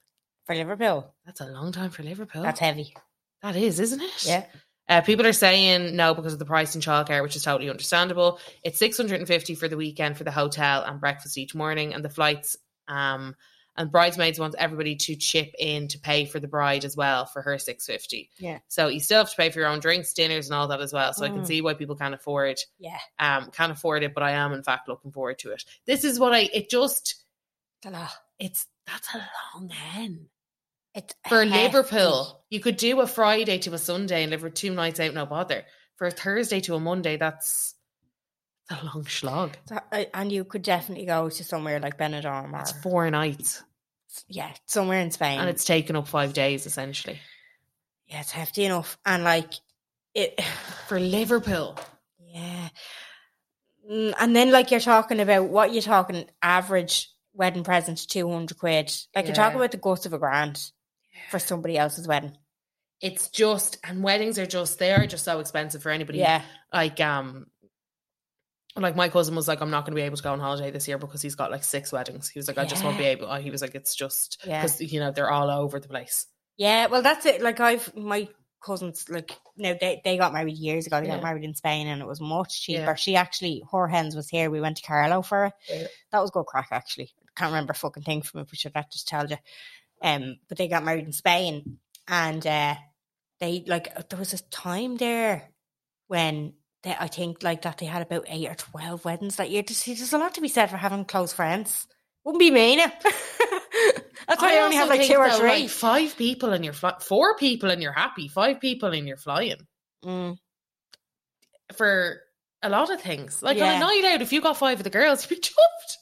[SPEAKER 1] for Liverpool.
[SPEAKER 2] That's a long time for Liverpool.
[SPEAKER 1] That's heavy.
[SPEAKER 2] That is, isn't it?
[SPEAKER 1] Yeah.
[SPEAKER 2] Uh, people are saying no because of the price in childcare, which is totally understandable. It's six hundred and fifty for the weekend for the hotel and breakfast each morning, and the flights. Um, and bridesmaids wants everybody to chip in to pay for the bride as well for her six fifty.
[SPEAKER 1] Yeah.
[SPEAKER 2] So you still have to pay for your own drinks, dinners, and all that as well. So I can
[SPEAKER 1] Mm.
[SPEAKER 2] see why people can't afford.
[SPEAKER 1] Yeah.
[SPEAKER 2] Um, can't afford it, but I am in fact looking forward to it. This is what I. It just
[SPEAKER 1] It's a lot.
[SPEAKER 2] It's that's a long hen.
[SPEAKER 1] It's
[SPEAKER 2] For
[SPEAKER 1] hefty.
[SPEAKER 2] Liverpool, you could do a Friday to a Sunday and live with two nights out, no bother. For a Thursday to a Monday, that's that's a long slog.
[SPEAKER 1] So, uh, And you could definitely go to somewhere like Benidorm
[SPEAKER 2] That's
[SPEAKER 1] or
[SPEAKER 2] four nights.
[SPEAKER 1] yeah, somewhere in Spain.
[SPEAKER 2] And it's taken up five days essentially.
[SPEAKER 1] yeah, it's hefty enough. And like it,
[SPEAKER 2] For Liverpool.
[SPEAKER 1] yeah. Mm, And then like you're talking about what you're talking average wedding present two hundred quid. Like you're talking
[SPEAKER 2] Yeah.
[SPEAKER 1] about the guts of a grand for somebody else's wedding.
[SPEAKER 2] It's just and weddings are just they are just so expensive for anybody.
[SPEAKER 1] yeah,
[SPEAKER 2] Like um like my cousin was like, I'm not going to be able to go on holiday this year because he's got like six weddings. He was like, I just won't be
[SPEAKER 1] Yeah.
[SPEAKER 2] able. uh, He was like, it's just
[SPEAKER 1] Yeah.
[SPEAKER 2] because you know they're all over the place.
[SPEAKER 1] yeah. Well, that's it. Like I've my cousins like no, they they got married years ago. They
[SPEAKER 2] Yeah.
[SPEAKER 1] got married in Spain, and it was much cheaper.
[SPEAKER 2] Yeah.
[SPEAKER 1] She actually her hens was here. We went to Carlo for it.
[SPEAKER 2] Yeah.
[SPEAKER 1] That was good crack actually. Can't remember a fucking thing from it, but sure that just tells you. Um, but they got married in Spain, and uh, they like there was a time there when they, I think like that they had about eight or twelve weddings that year. There's, there's a lot to be said for having close friends. Wouldn't be me now. That's why I, only
[SPEAKER 2] also
[SPEAKER 1] have like
[SPEAKER 2] think,
[SPEAKER 1] two or
[SPEAKER 2] though,
[SPEAKER 1] three.
[SPEAKER 2] like, five people and you're fly- four people and you're happy. Five people and you're flying
[SPEAKER 1] Mm.
[SPEAKER 2] for a lot of things. Like
[SPEAKER 1] Yeah.
[SPEAKER 2] on a night out, if you got five of the girls, you'd be chuffed.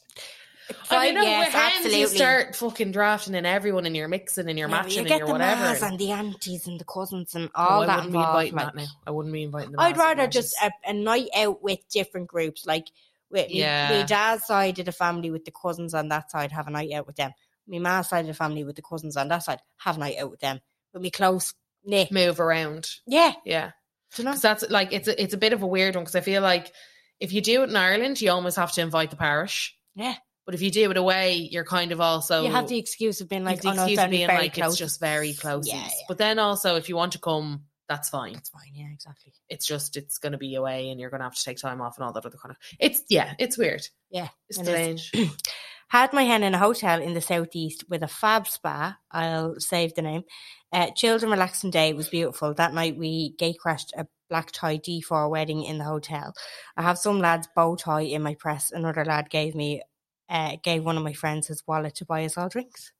[SPEAKER 2] I
[SPEAKER 1] Right,
[SPEAKER 2] mean, no,
[SPEAKER 1] yes,
[SPEAKER 2] with hands, you
[SPEAKER 1] absolutely.
[SPEAKER 2] start fucking drafting and everyone and you're mixing and you're
[SPEAKER 1] Yeah,
[SPEAKER 2] matching
[SPEAKER 1] you
[SPEAKER 2] and
[SPEAKER 1] get
[SPEAKER 2] you're
[SPEAKER 1] the
[SPEAKER 2] whatever.
[SPEAKER 1] mas
[SPEAKER 2] and-
[SPEAKER 1] and the aunties and the cousins and
[SPEAKER 2] Oh,
[SPEAKER 1] all
[SPEAKER 2] I
[SPEAKER 1] that
[SPEAKER 2] wouldn't be
[SPEAKER 1] involved.
[SPEAKER 2] inviting that
[SPEAKER 1] Like,
[SPEAKER 2] now. I wouldn't be inviting. The
[SPEAKER 1] I'd
[SPEAKER 2] mas at
[SPEAKER 1] rather
[SPEAKER 2] the
[SPEAKER 1] just
[SPEAKER 2] matches.
[SPEAKER 1] a, a night out with different groups, like with me,
[SPEAKER 2] Yeah.
[SPEAKER 1] me dad's side of the family with the cousins on that side, have a night out with them. Me ma's side of the family with the cousins on that side, have a night out with them. With me close knit,
[SPEAKER 2] move around.
[SPEAKER 1] yeah,
[SPEAKER 2] Yeah.
[SPEAKER 1] do you know?
[SPEAKER 2] Because that's like it's a, it's a bit of a weird one because I feel like if you do it in Ireland, you almost have to invite the parish.
[SPEAKER 1] Yeah.
[SPEAKER 2] But if you do it away, you're kind of also
[SPEAKER 1] you have the excuse of being
[SPEAKER 2] you
[SPEAKER 1] like,
[SPEAKER 2] have the
[SPEAKER 1] oh no,
[SPEAKER 2] excuse
[SPEAKER 1] it's
[SPEAKER 2] of
[SPEAKER 1] only
[SPEAKER 2] being
[SPEAKER 1] very
[SPEAKER 2] like
[SPEAKER 1] close.
[SPEAKER 2] it's just very close.
[SPEAKER 1] Yeah, yeah.
[SPEAKER 2] But then also, if you want to come, that's fine.
[SPEAKER 1] That's fine. Yeah, exactly.
[SPEAKER 2] It's just it's going to be away, and you're going to have to take time off and all that other kind of. It's yeah, it's weird.
[SPEAKER 1] Yeah,
[SPEAKER 2] It's
[SPEAKER 1] it is.
[SPEAKER 2] strange.
[SPEAKER 1] Had my hen in a hotel in the southeast with a fab spa. I'll save the name. Uh, chilled and relaxing day. It was beautiful. That night we gate crashed a black tie D4 wedding in the hotel. I have some lad's bow tie in my press. Another lad gave me, uh, gave one of my friends his wallet to buy us all drinks.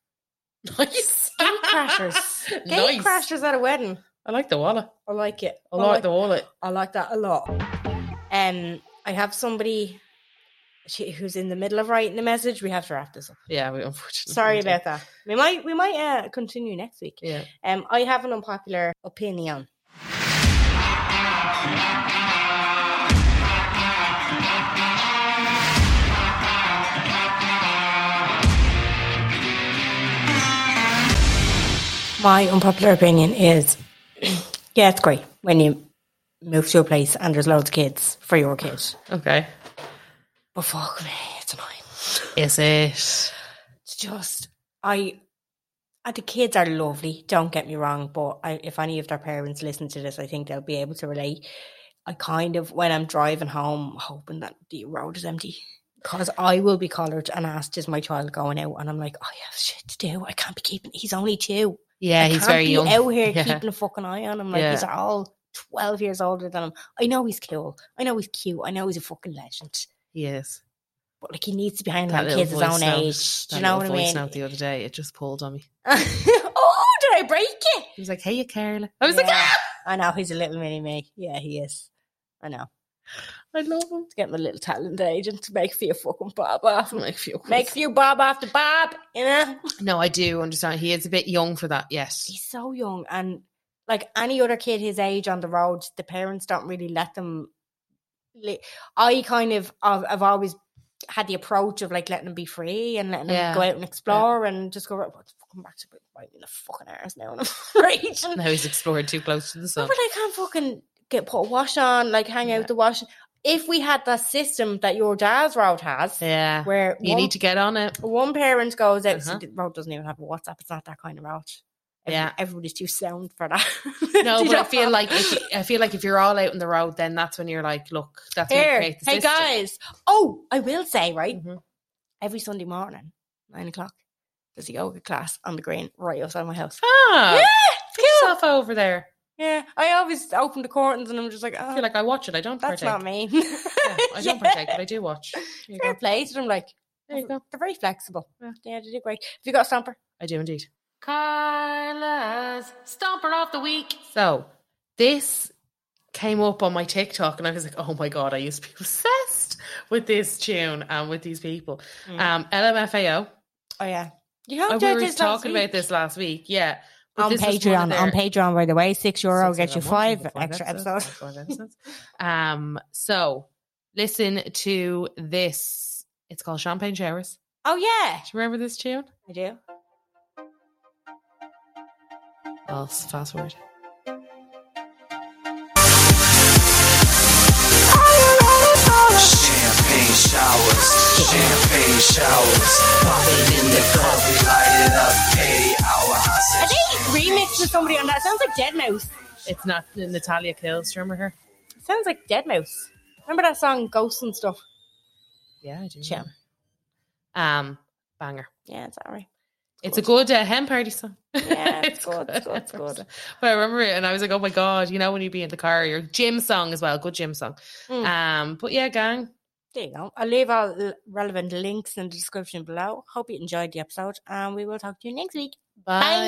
[SPEAKER 2] nice.
[SPEAKER 1] Gate crashers. Gate
[SPEAKER 2] nice.
[SPEAKER 1] crashers at a wedding.
[SPEAKER 2] I like the wallet.
[SPEAKER 1] I like it.
[SPEAKER 2] I like the wallet.
[SPEAKER 1] I like that a lot. Um, I have somebody she, who's in the middle of writing a message. We have to wrap this up.
[SPEAKER 2] Yeah, we unfortunately.
[SPEAKER 1] Sorry
[SPEAKER 2] do.
[SPEAKER 1] about that. We might we might uh, continue next week.
[SPEAKER 2] Yeah.
[SPEAKER 1] Um, I have an unpopular opinion. My unpopular opinion is, yeah, it's great when you move to a place and there's loads of kids for your kids.
[SPEAKER 2] Okay.
[SPEAKER 1] But fuck me, it's annoying.
[SPEAKER 2] Is it?
[SPEAKER 1] It's just I. And the kids are lovely. Don't get me wrong, but I, if any of their parents listen to this, I think they'll be able to relate. I kind of, when I'm driving home, hoping that the road is empty, because I will be collared and asked, "Is my child going out?" And I'm like, "I have shit to do. I can't be keeping. He's only two.
[SPEAKER 2] Yeah,
[SPEAKER 1] I
[SPEAKER 2] he's
[SPEAKER 1] can't
[SPEAKER 2] very
[SPEAKER 1] be
[SPEAKER 2] young.
[SPEAKER 1] out here
[SPEAKER 2] Yeah.
[SPEAKER 1] keeping a fucking eye on him. Like
[SPEAKER 2] Yeah.
[SPEAKER 1] these are all twelve years older than him. I know he's cool. I know he's cute. I know he's a fucking legend.
[SPEAKER 2] Yes.
[SPEAKER 1] But like he needs to be hanging
[SPEAKER 2] that
[SPEAKER 1] around
[SPEAKER 2] little
[SPEAKER 1] kids his
[SPEAKER 2] voice
[SPEAKER 1] own
[SPEAKER 2] note,
[SPEAKER 1] age. Do
[SPEAKER 2] that
[SPEAKER 1] you know what I
[SPEAKER 2] little voice
[SPEAKER 1] mean?
[SPEAKER 2] note the other day, it just pulled on me.
[SPEAKER 1] oh, did I break it?
[SPEAKER 2] He was like, "Hey, you Carla." I was like,
[SPEAKER 1] Yeah.
[SPEAKER 2] "Ah!"
[SPEAKER 1] I know he's a little mini me. Yeah, he is. I know.
[SPEAKER 2] "I love him."
[SPEAKER 1] To get my little talent agent to make for your fucking bob off.
[SPEAKER 2] Like, feel
[SPEAKER 1] Make for your bob after bob. You know,
[SPEAKER 2] No, I do understand. He is a bit young for that. Yes,
[SPEAKER 1] he's so young, and like any other kid his age on the road, the parents don't really let them. li- I kind of I've, I've always had the approach of like letting them be free and letting
[SPEAKER 2] Yeah.
[SPEAKER 1] them go out and explore and just go. Right, well, it's fucking back to right in the fucking arse now, and I'm raging.
[SPEAKER 2] now he's explored too close to the sun.
[SPEAKER 1] Oh, But I can't fucking get put a wash on, like hang out the wash. If we had that system that your dad's route has,
[SPEAKER 2] Yeah,
[SPEAKER 1] where
[SPEAKER 2] you
[SPEAKER 1] one,
[SPEAKER 2] need to get on it.
[SPEAKER 1] one parent goes out,
[SPEAKER 2] Uh-huh.
[SPEAKER 1] see, the road doesn't even have a WhatsApp. It's not that kind of route. Every-
[SPEAKER 2] Yeah.
[SPEAKER 1] everybody's too sound for that.
[SPEAKER 2] No,
[SPEAKER 1] You
[SPEAKER 2] but I
[SPEAKER 1] know?
[SPEAKER 2] feel like if, I feel like if you're all out on the road, then that's when you're like, "Look, that's when you
[SPEAKER 1] here,
[SPEAKER 2] create the
[SPEAKER 1] hey
[SPEAKER 2] system.
[SPEAKER 1] guys. Oh, I will say right
[SPEAKER 2] Mhm.
[SPEAKER 1] every Sunday morning, nine o'clock, there's a yoga class on the green right outside my house.
[SPEAKER 2] Ah,
[SPEAKER 1] Yeah,
[SPEAKER 2] get yourself over there.
[SPEAKER 1] yeah. I always open the curtains and I'm just like,
[SPEAKER 2] I
[SPEAKER 1] oh,
[SPEAKER 2] feel like I watch it. I don't
[SPEAKER 1] that's
[SPEAKER 2] partake.
[SPEAKER 1] not me.
[SPEAKER 2] Yeah, I don't partake, but I do watch. There you
[SPEAKER 1] fair
[SPEAKER 2] go.
[SPEAKER 1] play to them. Like,
[SPEAKER 2] There you go.
[SPEAKER 1] They're very flexible.
[SPEAKER 2] Yeah.
[SPEAKER 1] Yeah, they do great. Have you got a stamper?
[SPEAKER 2] I do indeed. Carla's Stomper of the Week. So this came up on my TikTok and I was like, oh my God, I used to be obsessed with this tune and with these people.
[SPEAKER 1] Mm.
[SPEAKER 2] Um, LMFAO.
[SPEAKER 1] Oh yeah. You
[SPEAKER 2] Oh,
[SPEAKER 1] haven't
[SPEAKER 2] we
[SPEAKER 1] done
[SPEAKER 2] were
[SPEAKER 1] this last
[SPEAKER 2] talking
[SPEAKER 1] week.
[SPEAKER 2] about this last week. Yeah. But
[SPEAKER 1] on
[SPEAKER 2] this was one of
[SPEAKER 1] Patreon. On
[SPEAKER 2] their-
[SPEAKER 1] Patreon, by the way, six euro
[SPEAKER 2] Six
[SPEAKER 1] gets you
[SPEAKER 2] euro a
[SPEAKER 1] five
[SPEAKER 2] month, you get
[SPEAKER 1] extra episodes.
[SPEAKER 2] five episodes. um, so listen to this. It's called Champagne Showers.
[SPEAKER 1] Oh yeah,
[SPEAKER 2] Do you remember this tune?
[SPEAKER 1] I do.
[SPEAKER 2] I'll s- fast forward.
[SPEAKER 5] Champagne showers, champagne showers. Pop it in the cup, we light it up. 80 hour hot
[SPEAKER 1] I
[SPEAKER 5] sex.
[SPEAKER 1] think you remixed with somebody on that. Sounds like Dead Mouse.
[SPEAKER 2] It's not Natalia Kills. Do you remember her?
[SPEAKER 1] Sounds like Dead Mouse. Remember that song Ghosts and stuff?
[SPEAKER 2] Yeah, I do.
[SPEAKER 1] Yeah.
[SPEAKER 2] remember. Um, banger.
[SPEAKER 1] Yeah, it's alright.
[SPEAKER 2] It's a good uh, hen party song.
[SPEAKER 1] Yeah, it's good, it's good, it's good.
[SPEAKER 2] But I remember it, and I was like, "Oh my god!" You know, when you be in the car, your gym song as well, good gym song.
[SPEAKER 1] Mm.
[SPEAKER 2] Um, but yeah, gang,
[SPEAKER 1] There you go. I'll leave all l- relevant links in the description below. Hope you enjoyed the episode, and we will talk to you next week.
[SPEAKER 2] bye.